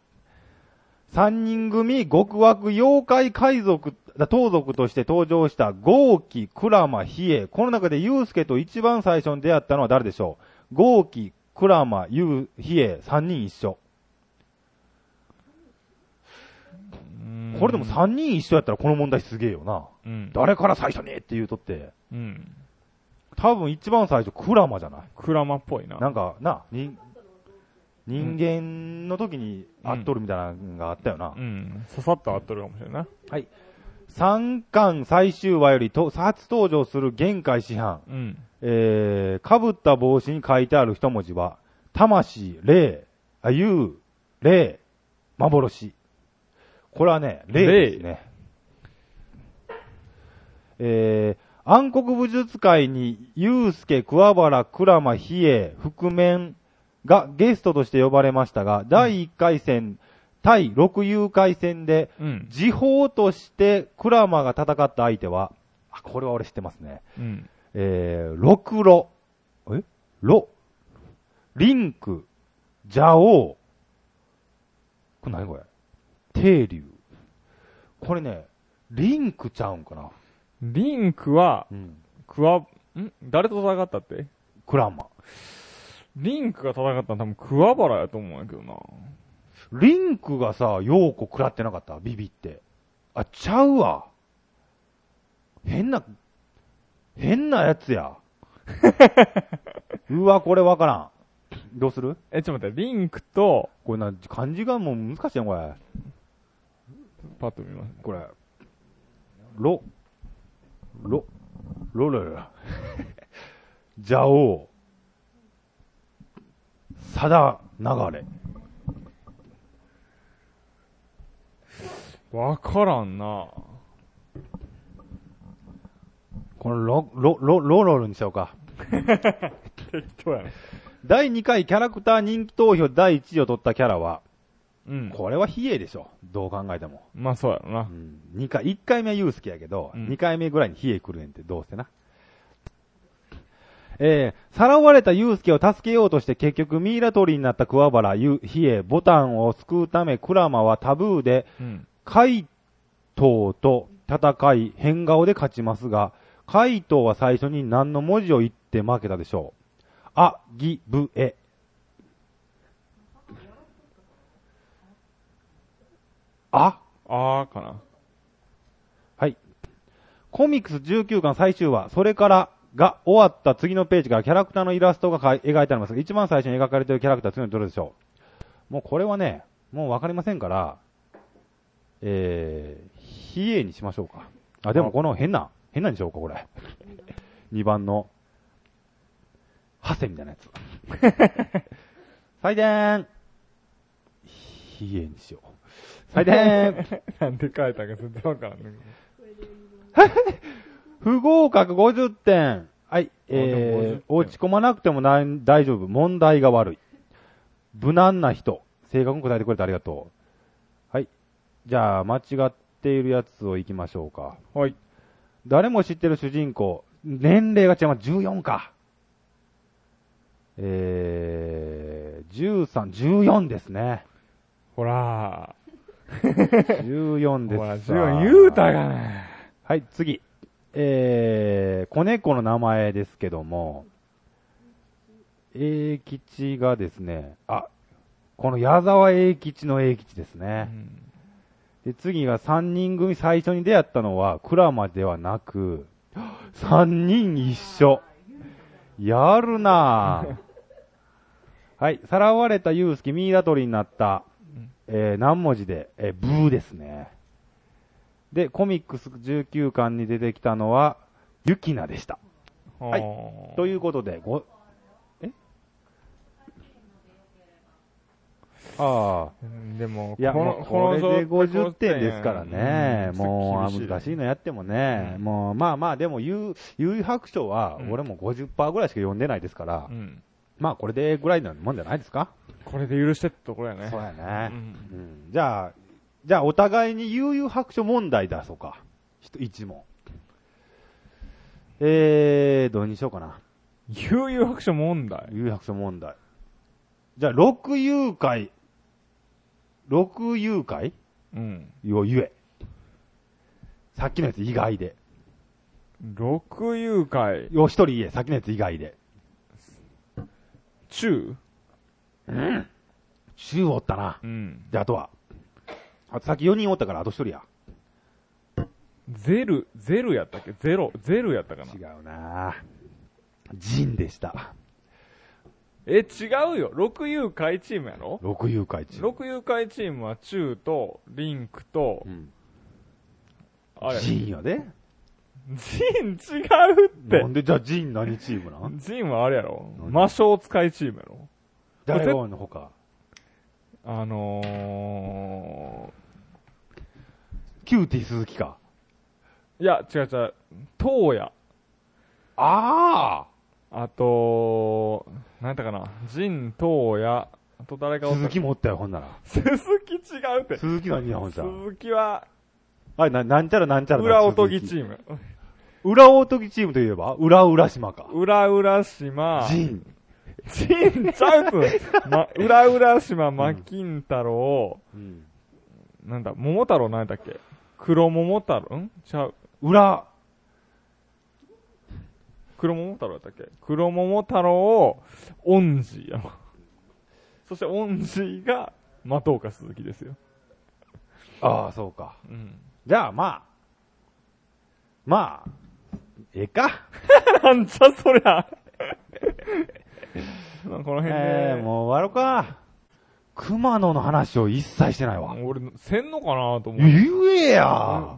三人組極悪妖怪海賊、盗賊として登場した豪気、鞍馬、比叡。この中で祐介と一番最初に出会ったのは誰でしょう豪気、鞍馬、ゆ比叡、三人一緒。
うん
これでも三人一緒やったらこの問題すげえよな。
うん。
誰から最初にって言うとって、
うん。
多分一番最初、鞍馬じゃない
クラマっぽいな。
なんか、な、人、人間の時に会っとるみたいなのがあったよな
う。ん。ささっと合っとるかもしれんないな。
三巻最終話よりと初登場する限界師範、
うん。
えー、かぶった帽子に書いてある一文字は、魂、霊、あ、幽、霊、幻。これはね、霊ですね。えー、暗黒武術会に、祐介、桑原、倉間、比叡、覆面がゲストとして呼ばれましたが、第1回戦、対6誘拐戦で、
うん。
時報としてクラマが戦った相手は、あ、これは俺知ってますね。
うん。
えー、ロクロ、えロ、リンク、ジャオウ、これ何これテイリュウ。これね、リンクちゃうんかな
リンクは、
うん。
クワ、ん誰と戦ったって
クラマ。
リンクが戦ったの多分クワバラやと思うんやけどな。
リンクがさ、ヨーコ食らってなかったビビって。あ、ちゃうわ。変な、変なやつや。うわ、これわからん。どうする
え、ちょっと待って、リンクと、
これな、漢字がもう難しいな、これ。
パッと見ます。
これ。ろ、ろ、ろろろ。 [LAUGHS] じゃおう、さだ流れ。
わからんな。
このろ、ろ、ろ、ろろろにしようか。
適当やね。
第2回キャラクター人気投票第1位を取ったキャラは、
うん。
これは比叡でしょ。どう考えても。
まあそうやろ
う
な。
ん、2回、1回目はユースケやけど、
うん
2回目ぐらいに比叡来るねんってどうせな。えー、さらわれたユースケを助けようとして結局ミイラ取りになった桑原、ユ比叡、ボタンを救うためクラマはタブーで
うん。
怪盗と戦い、変顔で勝ちますが、怪盗は最初に何の文字を言って負けたでしょう。あ、ぎ、ぶ、え。あ
あーかな。 [LAUGHS]
コミックス19巻最終話、それからが終わった次のページからキャラクターのイラストがかい描いてありますが、一番最初に描かれているキャラクターは次のどれでしょうもうこれはね、もうわかりませんから、えー、比叡にしましょうか。あ、でもこの変な、変なんでしょうか、これ。2番の、ハセみたいなやつ。採点比叡にしよう。採点
なんで書いたか全然わからんねんけど。
不合格50点。はい。え
で
ー、
も50点
落ち込まなくてもなん大丈夫。問題が悪い。無難な人。正確に答えてくれてありがとう。はい。じゃあ、間違っているやつを行きましょうか。
はい。
誰も知ってる主人公。年齢が違う。14か。えー、13、14ですね。
ほら
14
ー。
で
ほら、自
す。
分言うたがな。
はい、次。えー、子猫の名前ですけども、英吉がですね、あ、この矢沢英吉の英吉です
う
ね。
ん
で、次が3人組最初に出会ったのは、クラマではなく、3人一緒。やるなぁ。はい、さらわれたユースケ、ミイラ取りになった、えー何文字で、えーブーですね。で、コミックス19巻に出てきたのは、ユキナでした。はい
い
ということで、ご、えああ。
うんでも、
いや、
この
もうこれで
この状
50点ですからね。
うん
も
ちょっと
う、
厳
難しいのやってもね。
うん
もう、まあまあ、でも、ゆう、ゆう白書は
う、ん
俺も50%ぐらいしか読んでないですから、
うん。
まあ、これでぐらいのもんじゃないですか、
これで許してってところやね。
そうやね
う。ん
うん。じゃあ、じゃあ、お互いに悠々白書問題出そうか。ひと一問。えー、どうにしようかな。
悠々白書問題。
悠々白書問題。じゃあ、六遊会。六遊会
うん。
を言え。さっきのやつ以外で。
六遊会、
よ、一人言え。さっきのやつ以外で。
中
中おったな。
うん。
じゃあ、あとは。あとさっき4人おったから、あと1人や。
ゼル、ゼルやったっけゼロ、ゼルやったかな
違うなジンでした。
え、違うよ。六遊会チームやろ
六遊会中。
六遊会チームは中と、リンクと
う、ん。
あれ、
ジ
ジ
ンやで。
ン違うって
なん。で、じゃあジン何チームなん
ジンはあれやろ
何
魔性使いチームやろ
誰が多いのほか。
あの
キューティー鈴木か。
ー、いや、違う違う、東野、
あ
あと、なんやったかな、ジン、東野、あと誰
あ
かおっ
鈴
た
木もおったよ、ほんなら。
鈴木違うって。
鈴木何や、ほんじゃ。
鈴木は、
あれ、な、なんちゃらなんちゃら
裏おとぎ
鈴
チ
木
ーム。
裏おとぎチームといえば、裏浦島か。
裏浦島、
ジン。
ジンちゃうつ、ま、裏浦島、マキン太郎、
うん。
なんだ、桃太郎なんやったっけ黒桃太郎んちゃう。
裏、
黒桃太郎だったっけ黒桃太郎、恩師や。そして恩師が、松岡鈴木ですよ。
ああ、そうか。
うん。
じゃあ、まあ。まあ、ええか。
なんじゃそり
[LAUGHS]
ゃ。まあこの辺で、
ええもう終わろうか。熊野の話を一切してないわ。
俺、せんのかなと思う。
言えや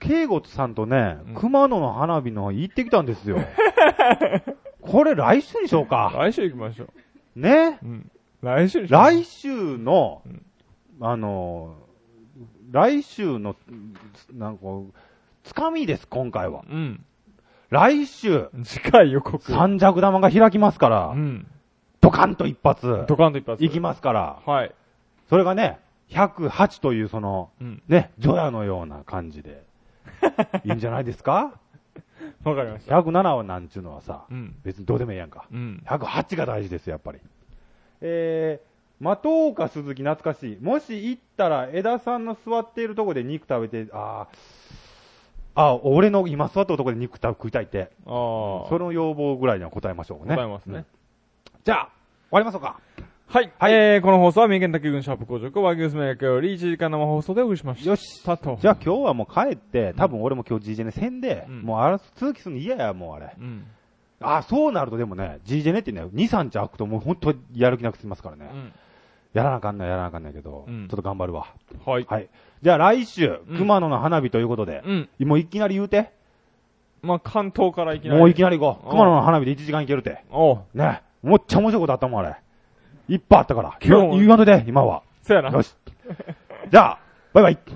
慶吾さんとね
うん、
熊野の花火の行ってきた
[LAUGHS]
んですよ。これ来週にしようか。
来週行きましょう。
ね。
うん。来週にしよう
来週の
うん、
あの、来週の、なんか、つかみです、今回は。
うん。
来週、
次回予告。
三尺玉が開きますか
う
ら、
ん。
ドカンと一発、
ドカンと一発。
行きますから、
はい。
それがね、108というその、
うん。
ね、除夜のような感
[LAUGHS]
じで、いいんじゃないですか
わかりました。
107はなんちゅうのはさ、
うん。
別にどうでもいいやんか。
うん。
108が大事です、やっぱり。えー、的岡鈴木懐かしい。もし行ったら、枝さんの座っているとこで肉食べて、あーあー、俺の今座ったとこで肉食べ食いたいって、
ああ。そ
その要望ぐらいには答えましょうね。
答えますね
うん。じゃあ、終わりましょうか。
はい。
はい
えー、この放送は三重県竹郡シャープ工場区和牛すめより1時間生放送でお送りしました。
よし
スタート。
じゃあ今日はもう帰って、多分俺も今日 GJ ねせんで、
うん
もうあら続きするの嫌や、もうあれ。
うん。
あ、そうなるとでもね、GJ ネってね、2、3日空くともう本当やる気なくすますからね。
うん。
やらなあかんない、やらなあかんないけど、
うん
ちょっと頑張るわ。
はい。
はい。じゃあ来週、
うん
熊野の花火ということで、
うん。
もういきなり言うて、
まあ、関東からいきなり。
もういきなり行こう。
うん
熊野の花火で1時間いけるて。
おう。
ね。もっちゃ面白いことあったもん、あれ。いっぱいあったから。
今日も
言わんとで、今は。
そやな。
よし。じゃあ、バイバイ。